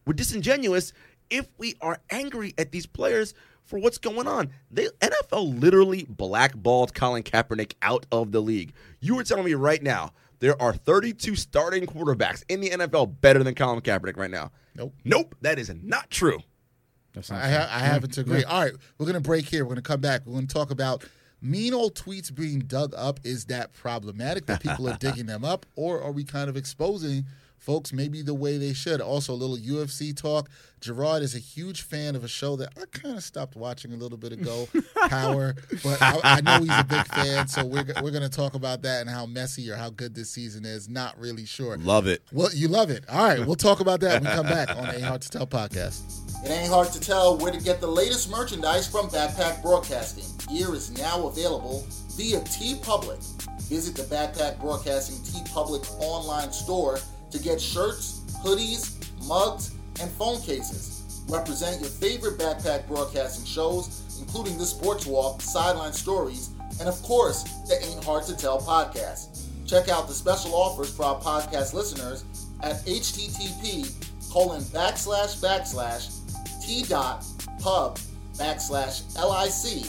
we're disingenuous if we are angry at these players for what's going on. They NFL literally blackballed Colin Kaepernick out of the league. You are telling me right now There are 32 starting quarterbacks in the NFL better than Colin Kaepernick right now. Nope. Nope. That is not true. That's I, ha- I happen to agree. All right, we're going to break here. We're going to come back. We're going to talk about mean old tweets being dug up. Is that problematic that people are digging them up, or are we kind of exposing folks maybe the way they should? Also, a little UFC talk. Gerard is a huge fan of a show that I kind of stopped watching a little bit ago, Power, but I, I know he's a big fan, so we're, g- we're going to talk about that and how messy or how good this season is. Not really sure. Love it. Well, you love it. All right, we'll talk about that when we come back on the Ain't Hard to Tell podcast. It ain't hard to tell where to get the latest merchandise from Backpack Broadcasting. Gear is now available via T Public. Visit the Backpack Broadcasting T Public online store to get shirts, hoodies, mugs, and phone cases. Represent your favorite Backpack Broadcasting shows, including The Sports Walk, Sideline Stories, and of course, the Ain't Hard to Tell podcast. Check out the special offers for our podcast listeners at http colon backslash backslash t dot pub backslash lic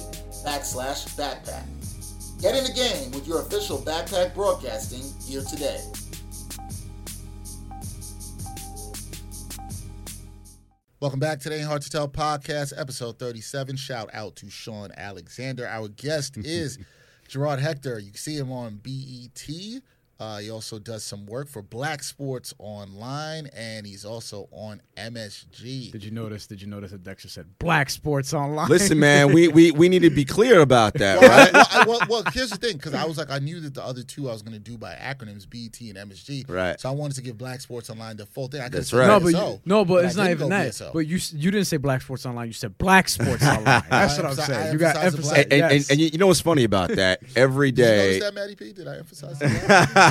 backslash backpack. Get in the game with your official backpack broadcasting here today. Welcome back to the Ain't Hard to Tell podcast, episode 37. Shout out to Sean Alexander. Our guest is Gerard Hector. You can see him on BET. Uh, he also does some work for Black Sports Online, and he's also on MSG. Did you notice? Did you notice that Dexter said black sports online? Listen, man, we, we, we need to be clear about that, Well, I- right? well, I- well, well, here's the thing, because I was like, I knew that the other two I was going to do by acronyms, BET and MSG. Right. So I wanted to give Black Sports Online the full thing. I could've That's said right. No, but BSO, you, no, but Oh. I it's not didn't go even that. BSO. But you s- you didn't say black sports online. You said black sports online. That's what I'm emphasi- I saying. You emphasize got the emphasize. black. and, and, yes. and you, you know what's funny about that? Every Did you notice day, that, Matty P? Did I emphasize that?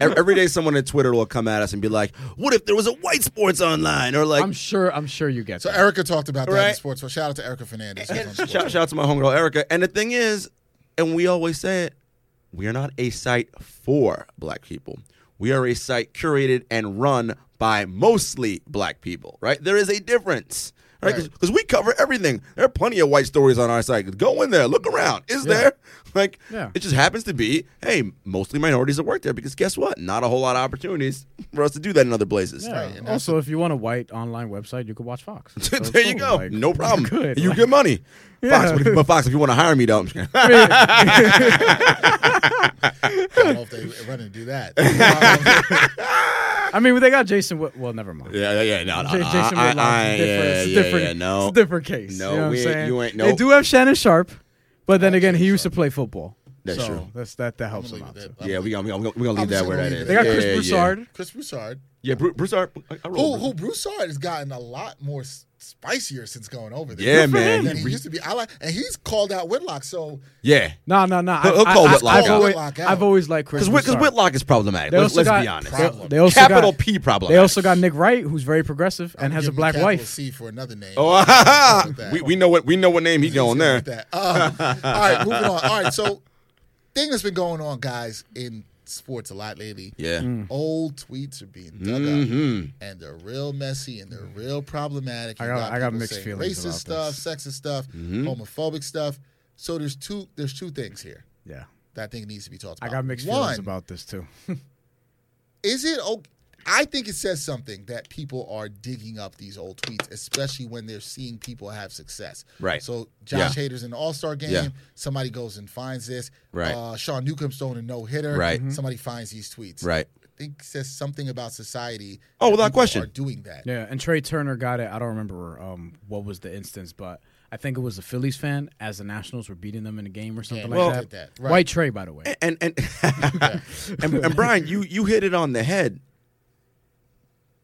ev- every day, someone on Twitter will come at us and be like, "What if there was a white sports online?" Or like, I'm sure. I'm sure you get so that. Erica talked about that in Right. sports. So shout out to Erica Fernandez. who's on And Sports shout, shout out to my homegirl Erica. And the thing is, and we always say it, we are not a site for black people. We are a site curated and run by mostly black people, right? There is a difference. Right, Right. because we cover everything. There are plenty of white stories on our site. Go in there, look around. Is there like Yeah. it just happens to be? Hey, mostly minorities that work there because guess what? Not a whole lot of opportunities for us to do that in other places. Yeah. Also, if you want a white online website, you can watch Fox. So it's there you cool, go. like, no problem. Oh Good. You like- get money. Fox, Yeah. but if- but Fox, if you want to hire me, though, I'm just kidding. I don't know if they run and do that. I mean, they got Jason. Wi- Well, never mind. Yeah, yeah, yeah. No, no, J- no, Jason I, Whitlock's I, I, different. yeah, it's a yeah, different. yeah, no. It's a different case. No, you know what we I'm ain't- saying? you ain't- They no. do have Shannon Sharp, but then again, he used to play football. That's so true. That's that. That helps I'm him gonna out. leave Too. it at- Yeah, we gonna we gonna, we gonna leave I'm just that where gonna that leave is. it They got yeah, Chris yeah, Broussard. Chris Broussard, Yeah, Bru- Broussard. I, I roll who with who Broussard has gotten a lot more s- spicier since going over there. Yeah, for man. him. Than he used to be. I like, and he's called out Whitlock. So Yeah, No, no, no. He'll- he'll I- call I- Whitlock I've out. always, Whitlock out. I've always liked Chris. because because Broussard. Whitlock is problematic. They Let's, also let's be got- honest. they- Problem. They also Capital got, P They problematic. also got Nick Wright, who's very progressive and has a give him black capital wife. C for another name. Oh, ha, ha. we, we know what we know what name he going there. with that. Um, all right, moving on. All right, so thing that's been going on, guys, in sports a lot lately. Yeah. Mm. Mm-hmm. Old tweets are being dug up, and they're real messy and they're real problematic. I You got- I got people mixed saying feelings Racist about stuff, sexist stuff, Mm-hmm. homophobic stuff. So there's two. There's two things here Yeah, that I think needs to be talked I about. got mixed One, feelings about this too. is it okay? I think it says something that people are digging up these old tweets, especially when they're seeing people have success. Right. So Josh Hader's in the All Star game. Yeah. Somebody goes and finds this. Right. Uh, Sean Newcomb's throwing a no hitter. Right. Mm-hmm. Somebody finds these tweets. Right. I think it says something about society. Oh, that without people question. Are doing that. Yeah, and Trey Turner got it. I don't remember um, what was the instance, but I think it was a Phillies fan as the Nationals were beating them in a game or something well, like did that. that, right. White Trey, by the way. And and and, and Brian, you you hit it on the head.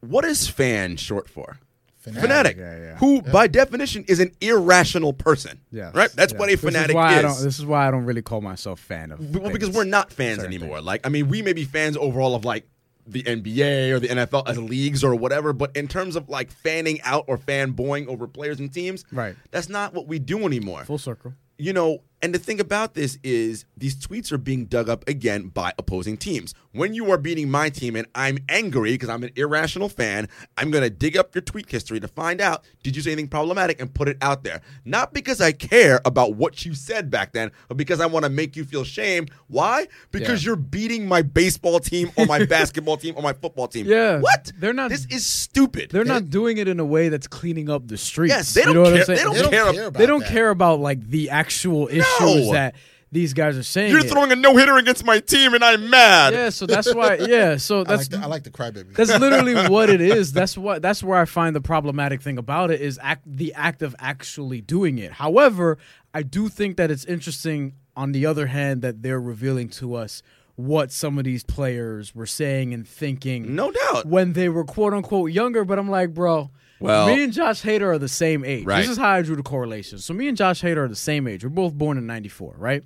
What is fan short for? Fanatic. Fanatic, Yeah, yeah. who by definition is an irrational person. Yes, right. That's yeah. what a This is fanatic why is. I don't, this is why I don't really call myself fan of. Well, because things. we're not fans anymore. Like, I mean, we may be fans overall of like the NBA or the NFL as leagues or whatever, but in terms of like fanning out or fanboying over players and teams, Right. That's not what we do anymore. full circle. You know, And the thing about this is these tweets are being dug up again by opposing teams. When you are beating my team and I'm angry because I'm an irrational fan, I'm going to dig up your tweet history to find out did you say anything problematic and put it out there. Not because I care about what you said back then, but because I want to make you feel shame. Why? Because you're beating my baseball team or my basketball team or my football team. Yeah. What? They're not- This is stupid. They're not doing it in a way that's cleaning up the streets. Yes, they You don't know what I'm care. saying? They don't, They don't care. care about They don't that. care about like the actual issues that these guys are saying. You're it. throwing a no hitter against my team, and I'm mad. Yeah, so that's why. Yeah, so I like, that's the, I like the crybaby. that's literally what it is. That's what that's where I find the problematic thing about it is act, the act of actually doing it. However, I do think that it's interesting. On the other hand, that they're revealing to us what some of these players were saying and thinking. No doubt. when they were quote unquote younger, but I'm like, bro, Well- me and Josh Hader are the same age. Right. This is how I drew the correlation. So me and Josh Hader are the same age. We're both born in '94, right?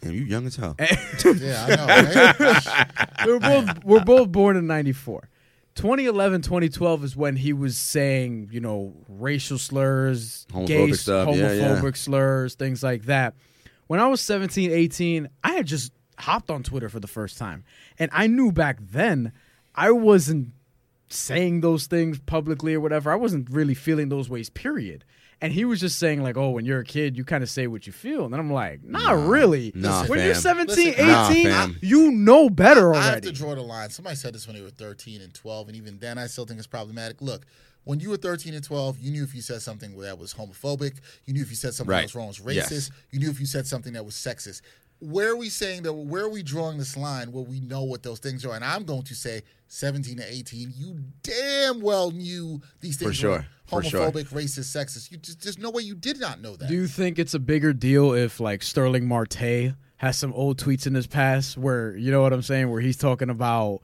Damn, you young as hell. yeah, I know. Right? we're both we're both born in 94 2011 2012 is when he was saying you know racial slurs gay Homophobic stuff, homophobic yeah, yeah. slurs things like that when i was 17 18 i had just hopped on twitter for the first time and i knew back then i wasn't saying those things publicly or whatever i wasn't really feeling those ways period and he was just saying like oh when you're a kid you kind of say what you feel and i'm like not really Nah, when you're fam. 17 Listen, 18 nah, fam. you know better already I have to draw the line. Somebody said this when they were 13 and 12, and even then, I still think it's problematic. Look, when you were 13 and 12, you knew if you said something that was homophobic, you knew if you said something Right. that was wrong, was Yes. racist, you knew if you said something that was sexist. Where are we saying that? Where are we drawing this line where we know what those things are? And I'm going to say 17 to 18, you damn well knew these things sure. were For homophobic, sure. racist, sexist. You just, there's no way you did not know that. Do you think it's a bigger deal if like Sterling Marte has some old tweets in his past where you know what I'm saying, where he's talking about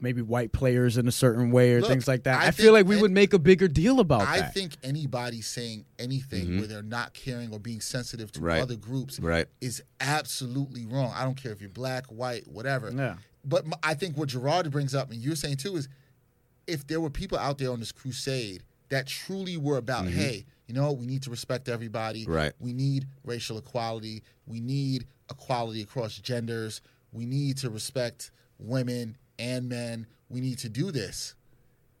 maybe white players in a certain way or Look, things like that? I I, think feel like we that- would make a bigger deal about I that. think anybody saying anything where they're not caring or being sensitive to Mm-hmm. Right. other groups Right. is absolutely wrong. I don't care if you're black, white, whatever. Yeah. But m- I think what Gerard brings up, and you're saying too, is if there were people out there on this crusade that truly were about, hey, you know, we need to respect everybody. Mm-hmm. Right. We need racial equality. We need equality across genders. We need to respect women and men. We need to do this.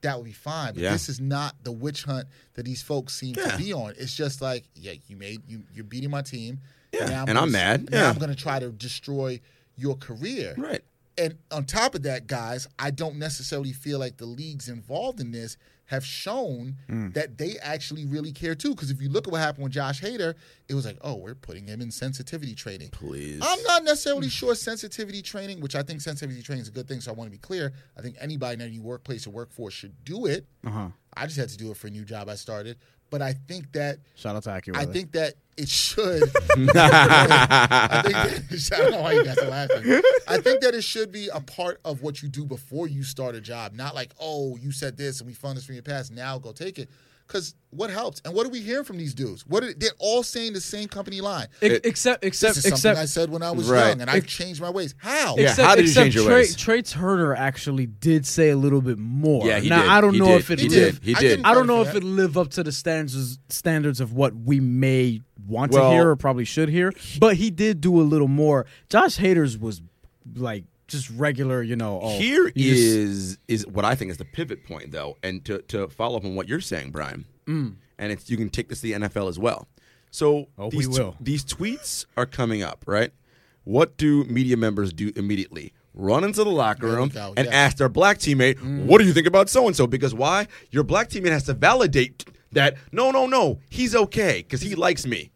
That would be fine. But Yeah. this is not the witch hunt that these folks seem to be on. It's just like, yeah, you made you you're beating my team. Yeah, Now and gonna, I'm mad. Now Yeah. I'm gonna try to destroy your career. Right. And on top of that, guys, I don't necessarily feel like the leagues involved in this have shown that they actually really care too. Because if you look at what happened with Josh Hader, it was like, oh, we're putting him in sensitivity training. Please. I'm not necessarily sure sensitivity training, which I think sensitivity training is a good thing. So I want to be clear. I think anybody in any workplace or workforce should do it. I just had to do it for a new job I started. But I think that Shout out to AccuWeather. I think that it should. I, think that, I don't know why you guys are laughing. I think that it should be a part of what you do before you start a job, not like, oh, you said this and we found this from your past. Now go take it. Because what helps? And what are we hearing from these dudes? What are, they're all saying the same company line. Ex- except This except is something except I said when I was Right. young, and I've changed my ways. How? Yeah, Except, how did you except change your Trey, ways? Trey Turner actually did say a little bit more. Yeah, he now, did. I don't He know did. if it He lived- did. He I did. give him I don't know credit for if that. it live up to the standards standards of what we may want Well- to hear or probably should hear, but he did do a little more. Josh Hader's was like just regular, you know. Oh, Here you just- is is what I think is the pivot point, though, and to, to follow up on what you're saying, Brian, and it's, you can take this to the NFL as well. So Mm. Oh, we these, t- will. these tweets are coming up, right? What do media members do immediately? Run into the locker room go, and yeah. ask their black teammate, Mm. "What do you think about so and so?" Because why? Your black teammate has to validate that. No, no, no, he's okay because he likes me.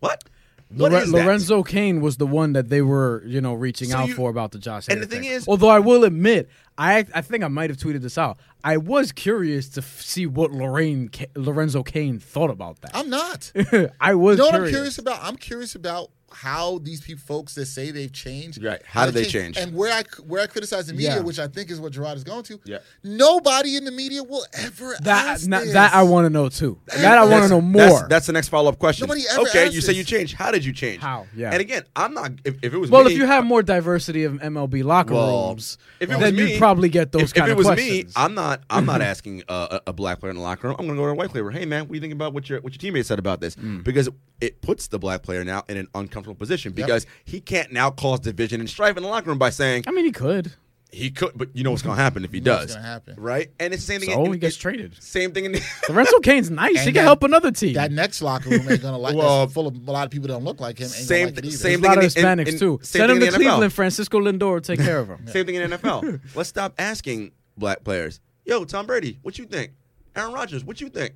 What? What Lore- is that? Lorenzo Kane was the one that they were, you know, reaching So out you- for about the Josh. and Hader the thing thing. is- although I will admit, I I think I might have tweeted this out. I was curious to f- see what Lorraine Ca- Lorenzo Kane thought about that. I'm not. I was. You know what curious. I'm curious about? I'm curious about how these people, folks that say they've changed, Right. How do they change? And where I where I criticize the media, Yeah. which I think is what Gerard is going to. Yeah. Nobody in the media will ever That ask na- this. that I want to know too. That I want to That's- know more. That's, that's the next follow up question. Nobody ever okay, asked you say this. you changed. How did you change? How? Yeah. And again, I'm not. If, if it was Well, me, if you have more diversity of MLB locker well, rooms, if it was then me, you'd probably get those If, kind of if it was me, questions. I'm not. I'm not asking uh, a, a black player in the locker room. I'm Hmm. going to go to a white player. Hey, man, what do you think about what your what your teammates said about this? Because it puts the black player now in an uncomfortable comfortable position because he can't now cause division and strife in the locker room by saying I mean, he could. he could, but you know what's going to happen if he know what's does. gonna happen. right? And it's the same thing. So in- he gets it- traded. Same thing in the. Lorenzo Kane's nice. he And can that- help another team. That next locker room ain't gonna like. Well, that's full of a lot of people that don't look like him. Ain't Same gonna like it th- either. same a lot of thing in- in- Hispanics in- too. same Send thing him in to the NFL. Cleveland. Francisco Lindor will take care of him. Same thing in NFL. Let's stop asking black players. Yo, Tom Brady, what you think? Aaron Rodgers, what you think?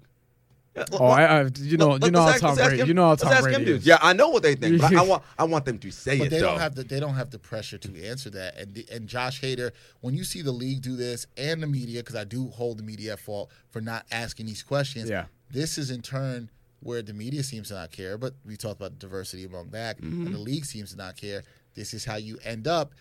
Yeah, l- Oh, l- I, I, you know, let- you know how let's ask- Tom let's ask Brady. him- You know how let's Tom ask Brady him dudes. is. Yeah, I know what they think, but I, I want I want them to say But it they though. don't have the they don't have the pressure to answer that. And the, and Josh Hader, when you see the league do this and the media, because I do hold the media at fault for not asking these questions. Yeah. This is in turn where the media seems to not care, but we talked about diversity among that, Mm-hmm. and the league seems to not care. This is how you end up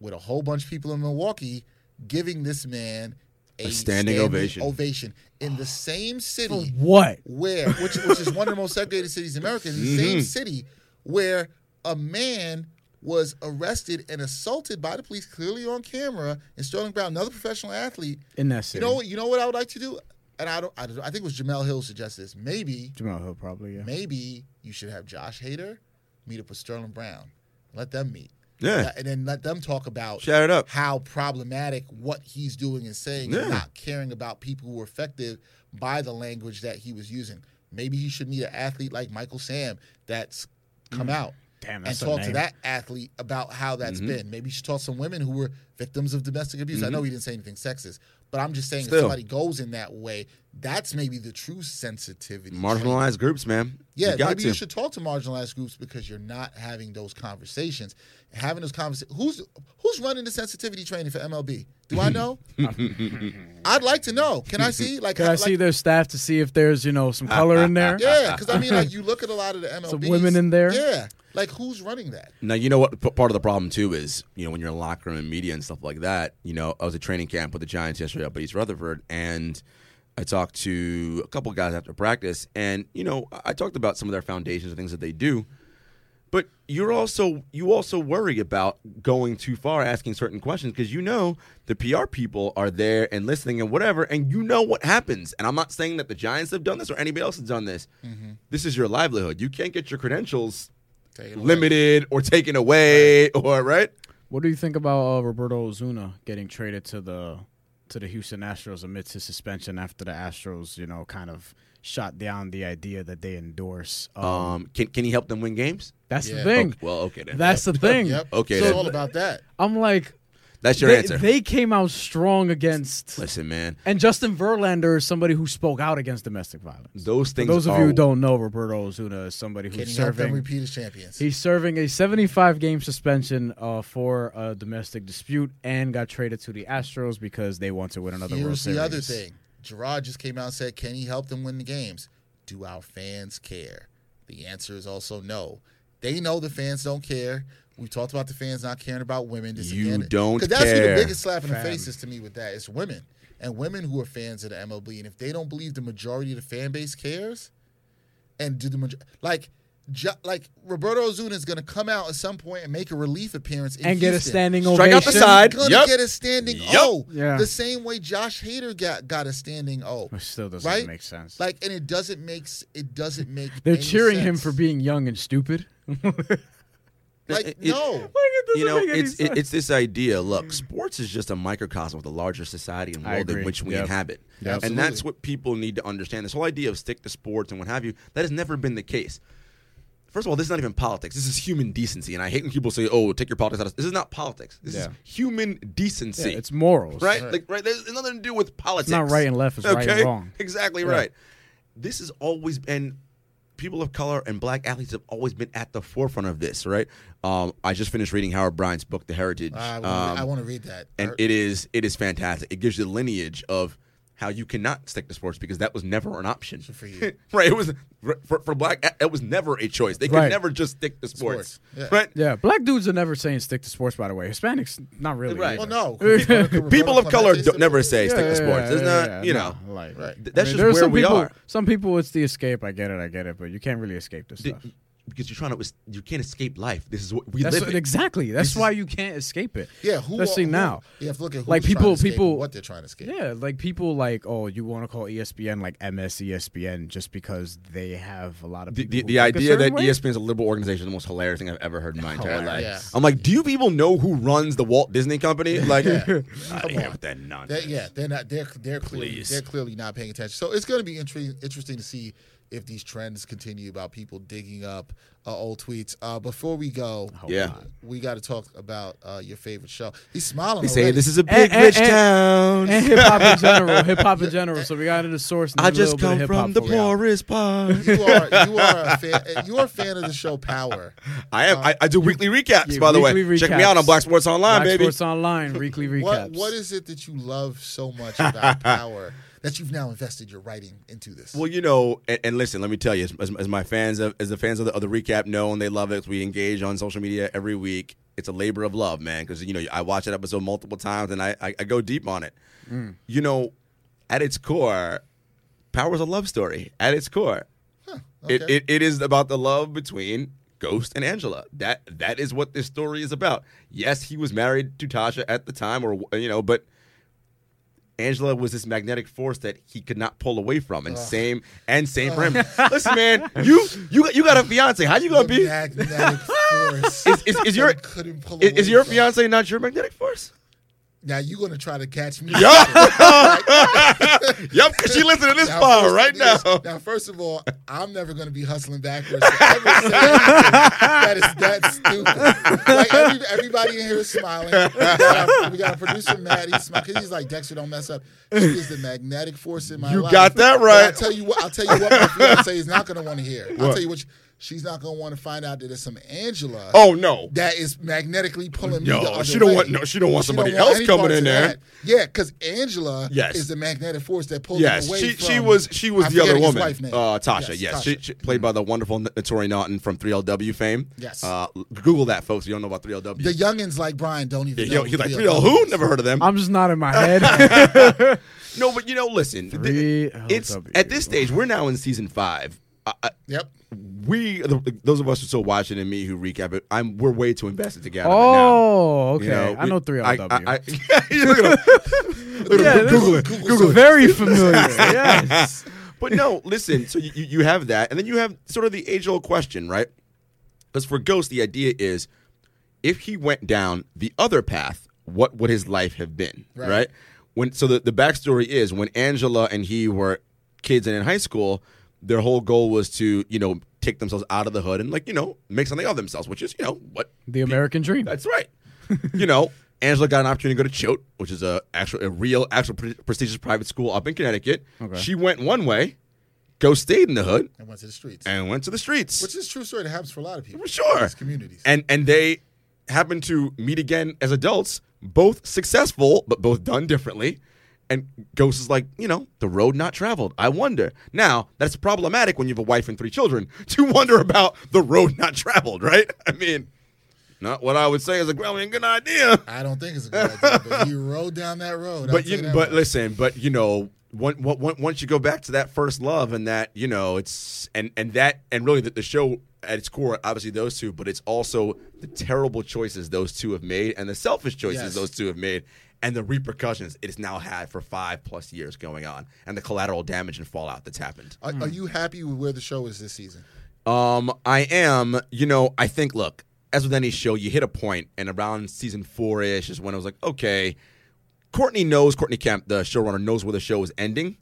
with a whole bunch of people in Milwaukee giving this man a, standing ovation. Ovation in the same city What? Mm-hmm. where which which is one of the most segregated cities in America, is the same city where a man was arrested and assaulted by the police, clearly on camera, and Sterling Brown, another professional athlete. In that you city. know, what- you know what I would like to do, and I don't, I, don't, I think it was Jamel Hill suggested this. Maybe, Jamel Hill probably. Yeah. maybe you should have Josh Hader meet up with Sterling Brown, let them meet. Yeah. and then let them talk about Shout it up. how problematic what he's doing and saying, Yeah. and not caring about people who were affected by the language that he was using. Maybe he should meet an athlete like Michael Sam that's Mm. come out Damn, and that's a talk to name. that athlete about how that's Mm-hmm. been. Maybe he should talk to some women who were victims of domestic abuse. I know he didn't say anything sexist, but I'm just saying Still. if somebody goes in that way, that's maybe the true sensitivity. Marginalized groups, man. Yeah, you got maybe to. you should talk to marginalized groups because you're not having those conversations. Having those conversations. Who's who's running the sensitivity training for MLB? Do I know? I'd like to know. Can I see? Like, Could I see like- their staff to see if there's you know some Ah, color in there? Yeah, because I mean, like, you look at a lot of the MLB. Some women in there? Yeah, like who's running that? Now you know what p- part of the problem too is you know when you're in locker room and media and stuff like that. You know I was at training camp with the Giants yesterday up at East Rutherford, and I talked to a couple guys after practice, and you know I- I talked about some of their foundations and things that they do, but you're also you also worry about going too far asking certain questions because you know the PR people are there and listening and whatever, and you know what happens. And I'm not saying that the Giants have done this or anybody else has done this. This is your livelihood. You can't get your credentials Taken away. limited or taken away or right What do you think about uh, Roberto Ozuna getting traded to the to the Houston Astros amidst his suspension after the Astros, you know, kind of shot down the idea that they endorse? Um, um can, can he help them win games that's yeah. the thing. Okay, Oh, well okay then that's the thing. Yep. Okay, It's then. all about that. I'm like, that's your they, answer they came out strong against, listen man and Justin Verlander is somebody who spoke out against domestic violence. those For things those of are, you who don't know, Roberto Ozuna is somebody Can who's you help them serving repeat as champions? He's serving a 75 game suspension uh, for a domestic dispute and got traded to the Astros because they want to win another World Here's Series. the other thing. Gerard just came out and said, "Can he help them win the games? Do our fans care?" The answer is also no. They know the fans don't care. We talked about the fans not caring about women. This You again, don't because that's who the care, biggest slap in the face is to me with that. It's women and women who are fans of the MLB, and if they don't believe the majority of the fan base cares, and do the major- like. Ju- like Roberto Ozuna is going to come out at some point and make a relief appearance in And get a Houston. standing Strike ovation. out the side. He's gonna Yep. get a standing Yep. O. Yeah. The same way Josh Hader got got a standing O. Which still doesn't right? make sense. Like, and it doesn't make s- it doesn't make. They're any cheering him sense. for being young and stupid. like It- it- no. you know it's it, it's this idea look sports is just a microcosm of the larger society and I world in agree. which we Yep. inhabit Yeah, and absolutely. that's what people need to understand this whole idea of stick to sports and what have you that has never been the case First of all, this is not even politics. This is human decency, and I hate when people say, "Oh, take your politics out." of This is not politics. This is Yeah. human decency. it's morals. right? Like, right? There's there's nothing to do with politics. not right and left, it's right and wrong. Exactly right. This has always been. People of color and black athletes have always been at the forefront of this, right? Um, I just finished reading Howard Bryant's book, The Heritage, I want, um, I want to read that. and it is it is fantastic. It gives you the lineage of how you cannot stick to sports because that was never an option for you. right? It was for, for black. It was never a choice. They could Right. never just stick to sports, Sports, yeah. right? Yeah, black dudes are never saying stick to sports. By the way, Hispanics not really. Right. well, either. no. People of color Clemente don't, never said- say stick to Yeah, sports. yeah, it's yeah, not, yeah, you no, know, like th- I that's mean, just there where some we people, are. Some people, it's the escape. I get it. I get it. But you can't really escape this stuff. because you're trying to es- you can't escape life. This is what we That's live. in. exactly. That's why you can't escape it. Yeah, who Let's see who- now. You have to look at who's like trying to people, escape and people, what they're trying to escape. Yeah, like people like, oh, you want to call ESPN like E MS ESPN just because they have a lot of The, people the, who the think a idea that E certain way? ESPN is a liberal organization is the most hilarious thing I've ever heard in my entire life. Yeah. I'm like, do you people know who runs the Walt Disney Company? Like, out of here with that nonsense. That, yeah, they're not. They're they're clearly Please. they're clearly not paying attention. So it's going to be intri- interesting to see if these trends continue about people digging up uh, old tweets. Uh, before we go, Yeah. not. we got to talk about uh, your favorite show. He's smiling. They say already. this is a And- big and- rich and- town. and hip hop in general, hip hop in general. So we got into the source. And then I eh. a just little bit come of from hip-hop the for y'all. poorest part. you are you are a fan. You're a fan of the show Power. I am. I, I do weekly recaps, Yeah, by the way. weekly Check me out on recaps. Black Sports Online, Black baby. Sports Online weekly recaps. What what is it that you love so much about Power that you've now invested your writing into this? Well, you know, and, and listen, let me tell you, as, as, as my fans, of, as the fans of the, of the recap know, and they love it. We engage on social media every week. It's a labor of love, man, because you know I watch that episode multiple times, and I I, I go deep on it. You know, at its core, Power's a love story. At its core, it, okay. it it is about the love between. Ghost and Angela. That that is what this story is about. Yes, he was married to Tasha at the time, or you know, but Angela was this magnetic force that he could not pull away from, and same and same for him. Listen, man, you you you got a fiance. How you gonna be? Is, magnetic force. is, is your I couldn't pull is, is away your from. fiance not your magnetic force? Now you're gonna try to catch me. Yup, yup. Because she listening to this file first right it is- now. Now, first of all, I'm never going to be hustling backwards. to ever say anything that is that stupid. Like every, everybody in here is smiling. We got, our, we got our producer Matt. He's smiling because he's like Dexter. Don't mess up. He is the magnetic force in my You life. got that But I'll right. tell you what. I'll tell you what. My fiance is not going to want to hear. I'll tell you what. she- She's not going to want to find out that there's some Angela Oh no. that is magnetically pulling me. No, the other she don't way. want- no, she don't want somebody want else any coming parts in of there. that. Yeah, because Angela Yes. is the magnetic force that pulled Yes, him away. she from, she was she was I'm the other forgetting his woman, wife name. Uh, Tasha. Yes, She, Tasha. she played by the wonderful N- Tori Naughton from 3LW fame. Yes. uh, Google that, folks. if You don't know about 3LW. the youngins like Brian don't even. yeah, know he- he's like Leo 3L Dunn who? is. Never heard of them. I'm just nodding my head. No, but you know, listen, th- 3LW. it's at this stage we're now in season five. I, I, Yep. we, the, those of us who still watching and me who recap it, I'm we're way too invested together. oh, okay. right now. You I we- know three I- LW. I- I- you look at him. Look at him. this- Google it. Google very familiar. yes. But no, listen. So you, you you have that, and then you have sort of the age old question, right? Because for Ghost, the idea is if he went down the other path, what would his life have been? Right. Right. When so the, the backstory is when Angela and he were kids and in high school, their whole goal was to, you know, take themselves out of the hood and like, you know, make something of themselves, which is, you know, what The American dream. that's right. you know, Angela got an opportunity to go to Choate, which is a actual a real actual pre- prestigious private school up in Connecticut. She went one way, go stayed in the hood, And went to the streets, and went to the streets. which is a true story. That happens for a lot of people. For sure. These communities. And and they happen to meet again as adults, both successful, but both done differently. And Ghost is like, you know, the road not traveled. I wonder. Now, that's problematic when you have a wife and three children to wonder about the road not traveled, right? I mean, not what I would say is a probably a good idea. I don't think it's a good idea, but you rode down that road. I'll But tell you, that but much. listen, but you know, one, one, one- once you go back to that first love and that, you know, it's and and that and really the, the show at its core, obviously those two, but it's also the terrible choices those two have made and the selfish choices Yes. those two have made and the repercussions it has now had for five plus years going on and the collateral damage and fallout that's happened. Are, are you happy with where the show is this season? Um, I am. You know, I think. Look, as with any show, you hit a point, and around season four ish is when I was like, okay, Courtney knows. Courtney Kemp, the showrunner, knows where the show is ending.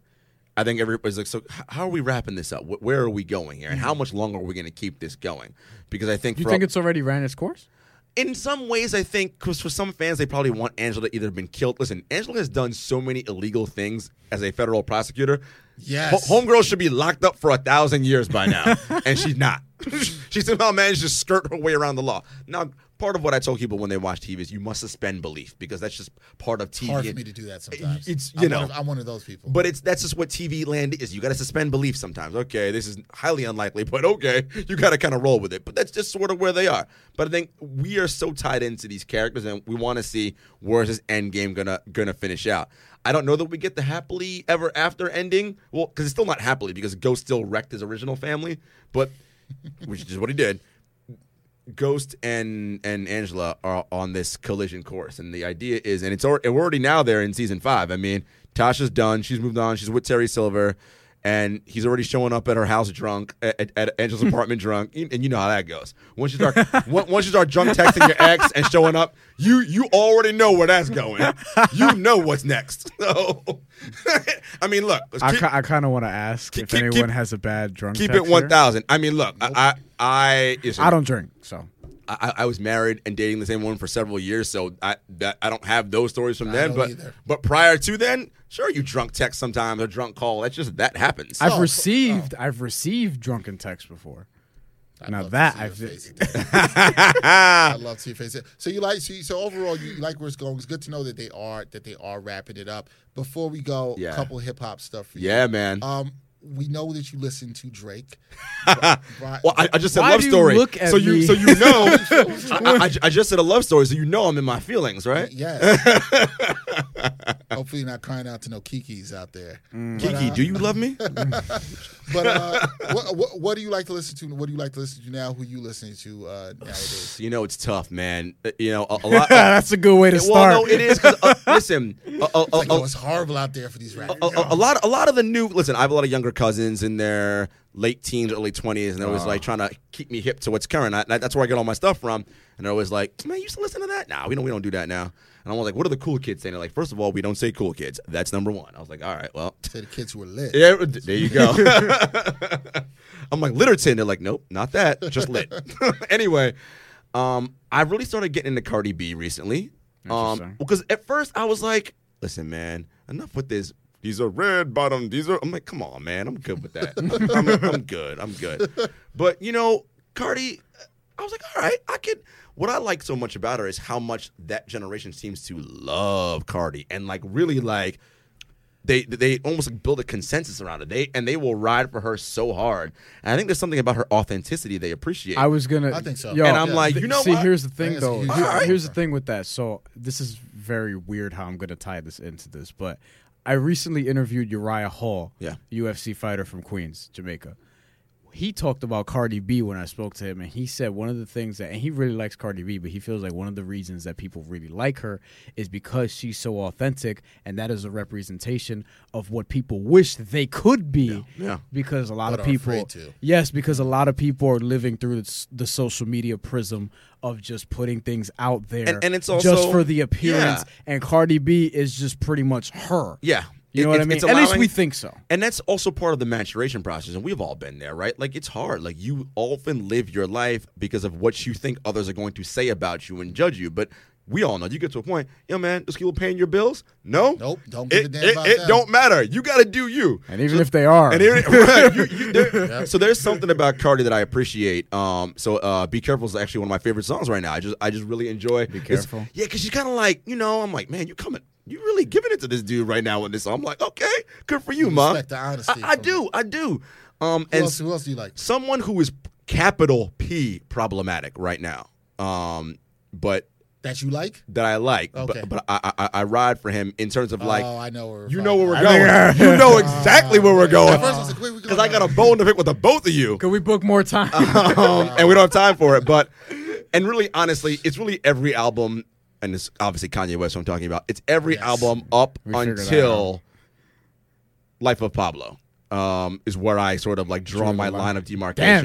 I think everybody's like, so h- how are we wrapping this up? Wh- Where are we going here, and how much longer are we going to keep this going? Because I think Mm-hmm. You for think it's already ran its course? in some ways, I think because for some fans, they probably want Angela to either been killed. Listen, Angela has done so many illegal things as a federal prosecutor. Yes. Ho- homegirl should be locked up for a thousand years by now, and she's not. she somehow managed to skirt her way around the law. Now, part of what I told people when they watch TV is you must suspend belief because that's just part of TV. Hard for me to do that sometimes. It's I'm you one know of- I'm one of those people. but it's that's just what TV land is. You got to suspend belief sometimes. Okay, this is highly unlikely, but okay, you got to kind of roll with it. But that's just sort of where they are. But I think we are so tied into these characters, and we want to see where is this end game gonna gonna finish out. I don't know that we get the happily ever after ending. Well, because it's still not happily because Ghost still wrecked his original family, but which is what he did. Ghost and and Angela are on this collision course, and the idea is, and it's already, we're already now there in season five. I mean, Tasha's done; she's moved on. She's with Terry Silver, and he's already showing up at her house drunk, at, at Angela's apartment drunk, and and you know how that goes. Once you start, on- once you start drunk texting your ex and showing up, you you already know where that's going. You know what's next. So, I mean, look, let's I, keep- ki- I kind of want to ask keep- if keep- anyone keep- has a bad drunk. keep it text one here. thousand. I mean, look, I I I, I don't drink, so I, I was married and dating the same woman for several years, so I that, I don't have those stories from then. don't But either. but prior to then, sure, you drunk text sometimes or drunk call. That's just that happens. I've received I've received drunken texts before. now Oh. love to that see your I've face. I love to see your face. So you like so, you, so overall you like where it's going. It's good to know that they are that they are wrapping it up. Before we go, Yeah. a couple hip hop stuff for you. yeah, man. Um, we know that you listen to Drake. Bri- well, I, I just said Why love do you story. look at so you me? so you know, I, I- I ju- I just said a love story, so you know I'm in my feelings, right? Mm-hmm. yes. Hopefully, you're not crying out to no Kikis out there. uh, Kiki, do you love me? But uh, what, what, what do you like to listen to? What do you like to listen to now? Who you listening to uh, nowadays? you know it's tough, man. Uh, You know a, a lot. That's a good way to start. Well, no, it is. 'cause, uh, listen, a- a- a- Like, oh, a- it's horrible out there for these rappers. a, a- a lot a lot of the new listen i have a lot of younger cousins in their late teens early 20s and they're always like trying to keep me hip to what's current I, that's where i get all my stuff from and they're always like man you used to listen to that nah we don't we don't do that now and i'm always like what are the cool kids saying they're like first of all we don't say cool kids that's number one i was like all right well to the kids who are lit. yeah, there you go. I'm like Litterton. They're like, nope, not that. Just lit. anyway, um, I really started getting into Cardi B recently. Um, Interesting. because at first I was like, listen, man, enough with this. These are red bottom. These are. I'm like, come on, man. I'm good with that. I'm, I'm- I'm good. I'm good. But you know, Cardi, I was like, all right, I could. What I like so much about her is how much that generation seems to love Cardi and like really like they they almost like build a consensus around it. They and they will ride for her so hard. And I think there's something about her authenticity they appreciate. I was gonna. I think so. yo, and I'm yeah. like, you know see, what? here's the I think thing, that's a though. huge Here- factor. Here's the thing with that. So this is very weird how I'm going to tie this into this, but I recently interviewed Uriah Hall, Yeah. UFC fighter from Queens, Jamaica. He talked about Cardi B when I spoke to him, and he said one of the things that, and he really likes Cardi B, but he feels like one of the reasons that people really like her is because she's so authentic, and that is a representation of what people wish they could be. yeah. Because a lot But of are people, afraid to. Yes, because a lot of people are living through the, the social media prism of just putting things out there, And- and it's just also- for the appearance. yeah. And Cardi B is just pretty much her. Yeah. you It- know what I it's- mean. it's At least allowing- we think so. And that's also part of the maturation process, and we've all been there, right? Like it's hard. Like you often live your life because of what you think others are going to say about you and judge you. But we all know you get to a point, yo man, those people paying your bills? No, Nope, don't give It, a damn it, about it them. don't matter. You got to do you. And even if they are, And here, right, you- you- there- so there's something about Cardi that I appreciate. Um, so uh, "Be Careful" is actually one of my favorite songs right now. I just I just really enjoy. Be Careful. yeah, because she's kind of like you know I'm like man, you coming, you really giving it to this dude right now with this. song. I'm like okay, good for you, mom. respect the honesty I, I from do, I do. Um, Who and else, who else do you like? someone who is capital P problematic right now. Um, but That you like? that I like, Okay. but, but I, I I ride for him in terms of like oh, I know. Where we're you from. know where we're I- going. You know exactly where we're going. Oh. At first, I was like, where we Because I going? got a bone to pick with the both of you. could we book more time? Um, and we don't have time for it. But, and really, honestly, it's really every album, and it's obviously Kanye West who I'm talking about. It's every album up figured that until Life of Pablo um, is where I sort of like draw my line of demarcation.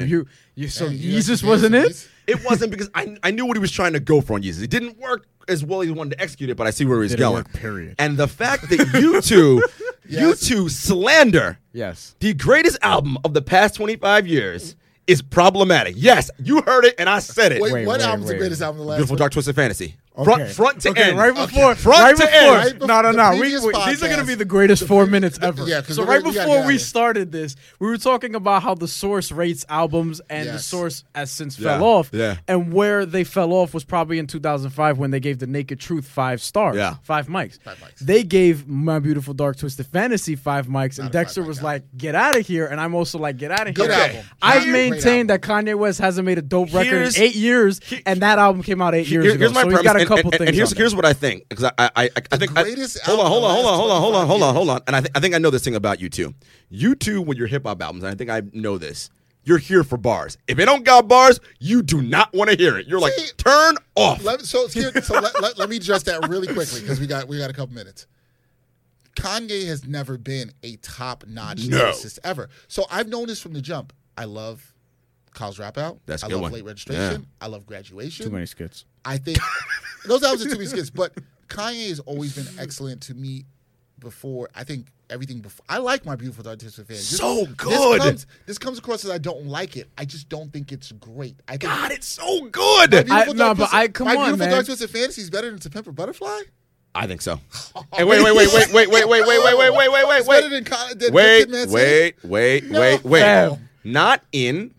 Damn you! You so You like Jesus the wasn't Yeezus? it? It wasn't because I, I knew what he was trying to go for on Yeezus. It didn't work as well as he wanted to execute it, but I see where he was Didn't going. work, period. And the fact that you two, you Yes. two slander Yes. the greatest album of the past 25 years is problematic. Yes, you heard it and I said it. Wait, Wait, what wait, album's the wait. greatest album? of The last Beautiful one? Dark Twisted Fantasy. Front, front to okay, end. Right before, Front right to before. end. Right before- no, no, no. the We, previous we- these are going podcast. to be the greatest four minutes ever. yeah, 'cause so we're right gonna- we gotta get before we outta here. started this, we were talking about how the source rates albums and the Yes. source has since Yeah, fell off. yeah. And where they fell off was probably in 2005 when they gave The Naked Truth five stars. Yeah. Five mics. Five mics. They gave My Beautiful Dark Twisted Fantasy five mics, Not a and Dexter five mic was album. like, get out of here. And I'm also like, get out of Good here. album. I've Great maintained album. that Kanye West hasn't made a dope record in Here's- eight years, and that album came out eight Here- years ago. here's my so he's premise, got a and- couple and, and, things. here's on here's what I think because I I I, I think I- greatest hold on hold on album hold on hold on hold on hold on hold 25 on hold on and I, th- I think I know this thing about you too. You two with your hip hop albums, and I think I know this. you're here for bars. If it don't got bars, you do not want to hear it. You're like, See? turn off. Let, so here, so let, let, let me address that really quickly because we got we got a couple minutes. Kanye has never been a top notch No. lyricist ever. So I've known this from the jump. I love Kyle's Dropout. That's a I good love one. Late Registration. I love Graduation. Too many skits. I think those albums are too many skits, but Kanye has always been excellent to me. Before I think everything before I like my beautiful dark twisted fan. So good. This comes, this comes across as I don't like it. I just don't think it's great. I think God, it's so good. I- Beautiful no, Dark but Twisted- I- come My on, Beautiful man. Dark Twisted Fantasy is better than To Pimp a Butterfly. I think so. Hey, wait, wait, wait, wait, wait, wait, wait, wait, wait, wait, wait, wait, It's wait. better than Con- than- than wait, Kidman's wait, wait, No. wait, wait. Fam. Not in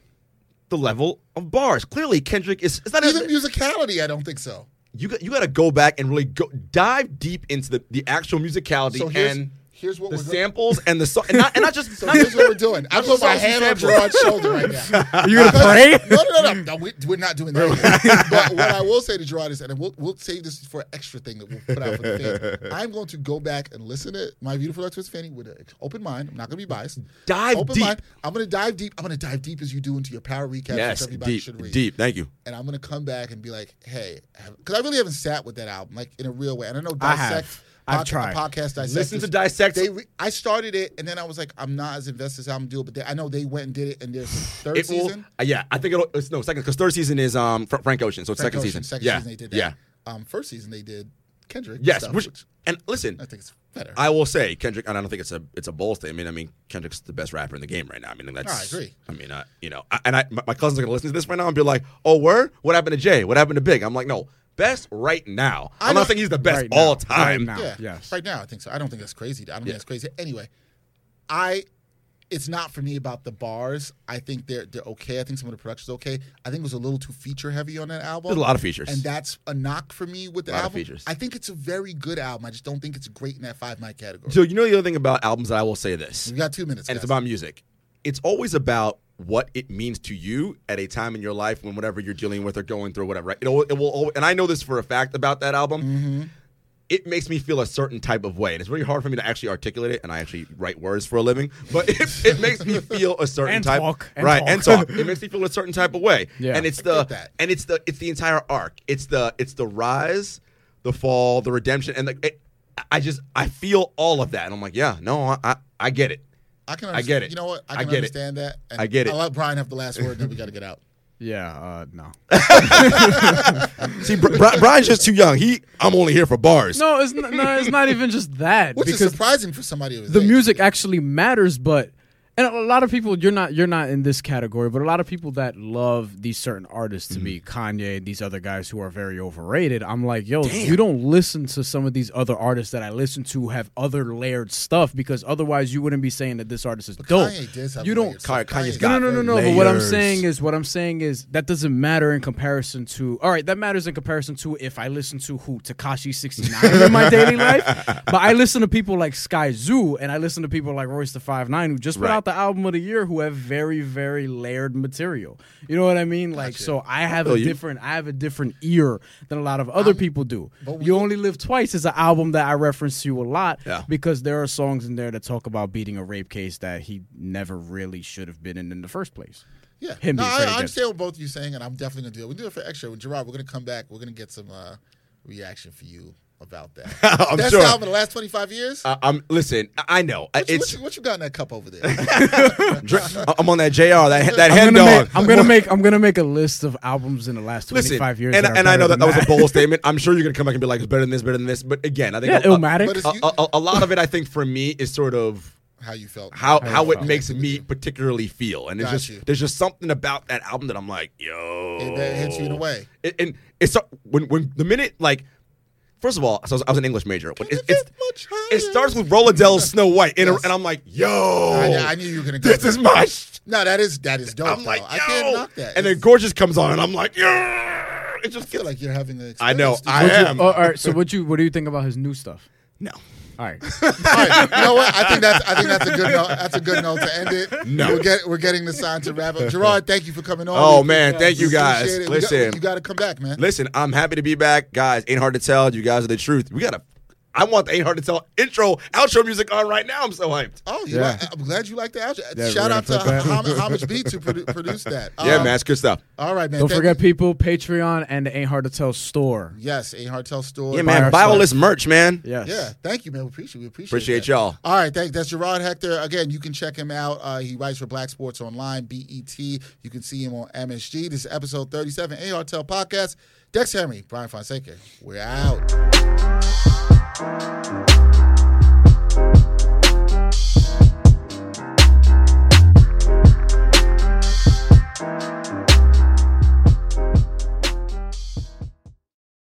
the level of bars. Clearly, Kendrick is. It's not Even even. musicality, I don't think so. You got, you got to go back and really go dive deep into the, the actual musicality So here's- and here's what the we're go- samples and the song and not and not just So not here's just what we're doing. I'm putting my hand on Gerard's shoulder right now. Are you gonna pray? No, no, no, no. no we, we're not doing that. Yet. But what I will say to Gerard is, and we'll, we'll save this for an extra thing that we'll put out for the fans. I'm going to go back and listen to My Beautiful Dark Twisted Fanny with an open mind. I'm not going to be biased. Dive open deep. Mind. I'm going to dive deep. I'm going to dive deep as you do into your power recaps, yes which everybody deep should read. deep. Thank you. and I'm gonna come back and be like, hey, because I really haven't sat with that album like in a real way. And I know I dissect. have. I've tried. podcast dissect. Listen to Dissect. They re- I started it and then I was like, I'm not as invested as I'm doing, but they, I know they went and did it in their third It will, season. uh, yeah, I think it'll. It's, no, second because third season is um Fra- Frank Ocean, so it's Frank second Ocean, season. Second yeah, season they did that. yeah, Um, first season they did Kendrick. yes. stuff, which- which and listen, I think it's better. I will say Kendrick, and I don't think it's a it's a bold statement. I mean, Kendrick's the best rapper in the game right now. I mean, that's. I agree. I mean, I, you know, I, and I my, my cousins are gonna listen to this right now and be like, "Oh, word! What happened to Jay? What happened to Big?" I'm like, "No, best right now." I I'm not don't- saying he's the best Right now. all Right time. now. yeah, yes. right now I think so. I don't think that's crazy. I don't Yeah. think that's crazy. Anyway, I. It's not for me about the bars. I think they're they're okay. I think some of the production's okay. I think it was a little too feature heavy on that album. There's a lot of features. And that's a knock for me with the Lot of album. features. I think it's a very good album. I just don't think it's great in that five mic category. so you know the other thing about albums that I will say this, we got two minutes. and it's guys. about music. It's always about what it means to you at a time in your life when whatever you're dealing with or going through, whatever. Right? It, al- it will, al- and I know this for a fact about that album. It makes me feel a certain type of way, and it's really hard for me to actually articulate it. And I actually write words for a living, but it, it makes me feel a certain And type, talk, and right? talk. And talk. It makes me feel a certain type of way, Yeah. and it's I get the that. and it's the it's the entire arc. It's the it's the rise, the fall, the redemption, and the. It, I just I feel all of that, and I'm like, yeah, no, I I, I get it. I can. I Understand, get it. You know what? I I can get it. understand that. And I get it. I'll let Brian have the last word. Then we got to get out. Yeah. Uh, no. See, Bri- Bri- Brian's just too young. He, I'm only here for bars. No, it's not, no, it's not even just that Which is because surprising for somebody. Who was the music actually matters but and a lot of people you're not you're not in this category but a lot of people that love these certain artists to me Mm-hmm. kanye these other guys who are very overrated i'm like yo you don't listen to some of these other artists that i listen to who have other layered stuff because otherwise you wouldn't be saying that this artist is dope Kanye does have you don't layered stuff. Kanye- Kanye's Kanye's got no, got no, no, very no. But what I'm layers. saying is, what I'm saying is that doesn't matter in comparison to. All right, that matters in comparison to if I listen to who Takashi 69 in my daily life. But I listen to people like Sky Zoo, and I listen to people like Royce the Five Nine, who just put Right. out the album of the year, who have very, very layered material. You know what I mean? Like, so I have a Oh, you. different, I have a different ear than a lot of other people do. but we- you only live twice is an album that I reference to a lot Yeah. because there are songs in there that talk about beating a rape case that he never really should have been in in the first place. Yeah. Him no, being I, Freddie I Gibbs. understand what both of you saying, and I'm definitely gonna do it. We do it for extra. With Gerard, we're gonna come back. We're gonna get some uh, reaction for you about that. I'm Best sure. album in the last 25 years. I, I'm listen. I- I know I- what, you, it's. what, you, what you got in that cup over there? dr- uh, I'm on that Jr. That that I'm head gonna, dog. make, I'm gonna make I'm gonna make a list of albums in the last 25 years. and, that are and I better know that than that was a bold statement. I'm sure you're gonna come back and be like, it's better than this, better than this. But again, I think Yeah, a, a- Illmatic. But it's- a, uh, a- a lot of it, I think, for me, is sort of how you felt? how you how it felt. makes me particularly feel, and it's Got just you. there's just something about that album that I'm like, yo, It- that hits you in a way. It- and it's so- when when the minute like. First of all, so I was, I was an English major. When Can It, it it's, get much it higher? starts with Rolla Dell's Snow White, and, Yes. and I'm like, yo, I, I knew you were gonna go. this there. is my. Sh-. No, that is that is dope. I'm like, though. yo, I can't knock that. and then It's- Gorgeous comes on, and I'm like, yeah, I it just feel like you're having an I experience. know, dude. I All am. Oh, all right, so what you what do you think about his new stuff? no, All right, right, you know what? I think that's I think that's a good note. That's a good note to end it. No. we're, get, we're getting the sign to wrap up. Gerard, thank you for coming on. Oh, We- man, thank we you guys. appreciate it. Listen. you got to come back, man. listen, I'm happy to be back, guys. Ain't hard to tell. You guys are the truth. We got a. I want the Ain't Hard to Tell intro, outro music on right now. I'm so hyped. Oh, you Yeah. like- I'm glad you like the outro. Yeah, Shout we're out to gonna put Hom- Homage B to produ- produce that. yeah, Um, man, it's good stuff. All right, man. Don't Thank forget, you. people, Patreon and the Ain't Hard to Tell store. Yes, A Hartel store. Yeah, our man, buy all stuff. this merch, man. Yes. Yeah, thank you, man. We appreciate we appreciate Appreciate that. y'all. All right, thanks. That's Gerard Hector. Again, you can check him out. Uh, he writes for Black Sports Online, BET. You can see him on MSG. This is episode 37, AR Tell Podcast. Dex Henry, Brian Fonseca. We're out.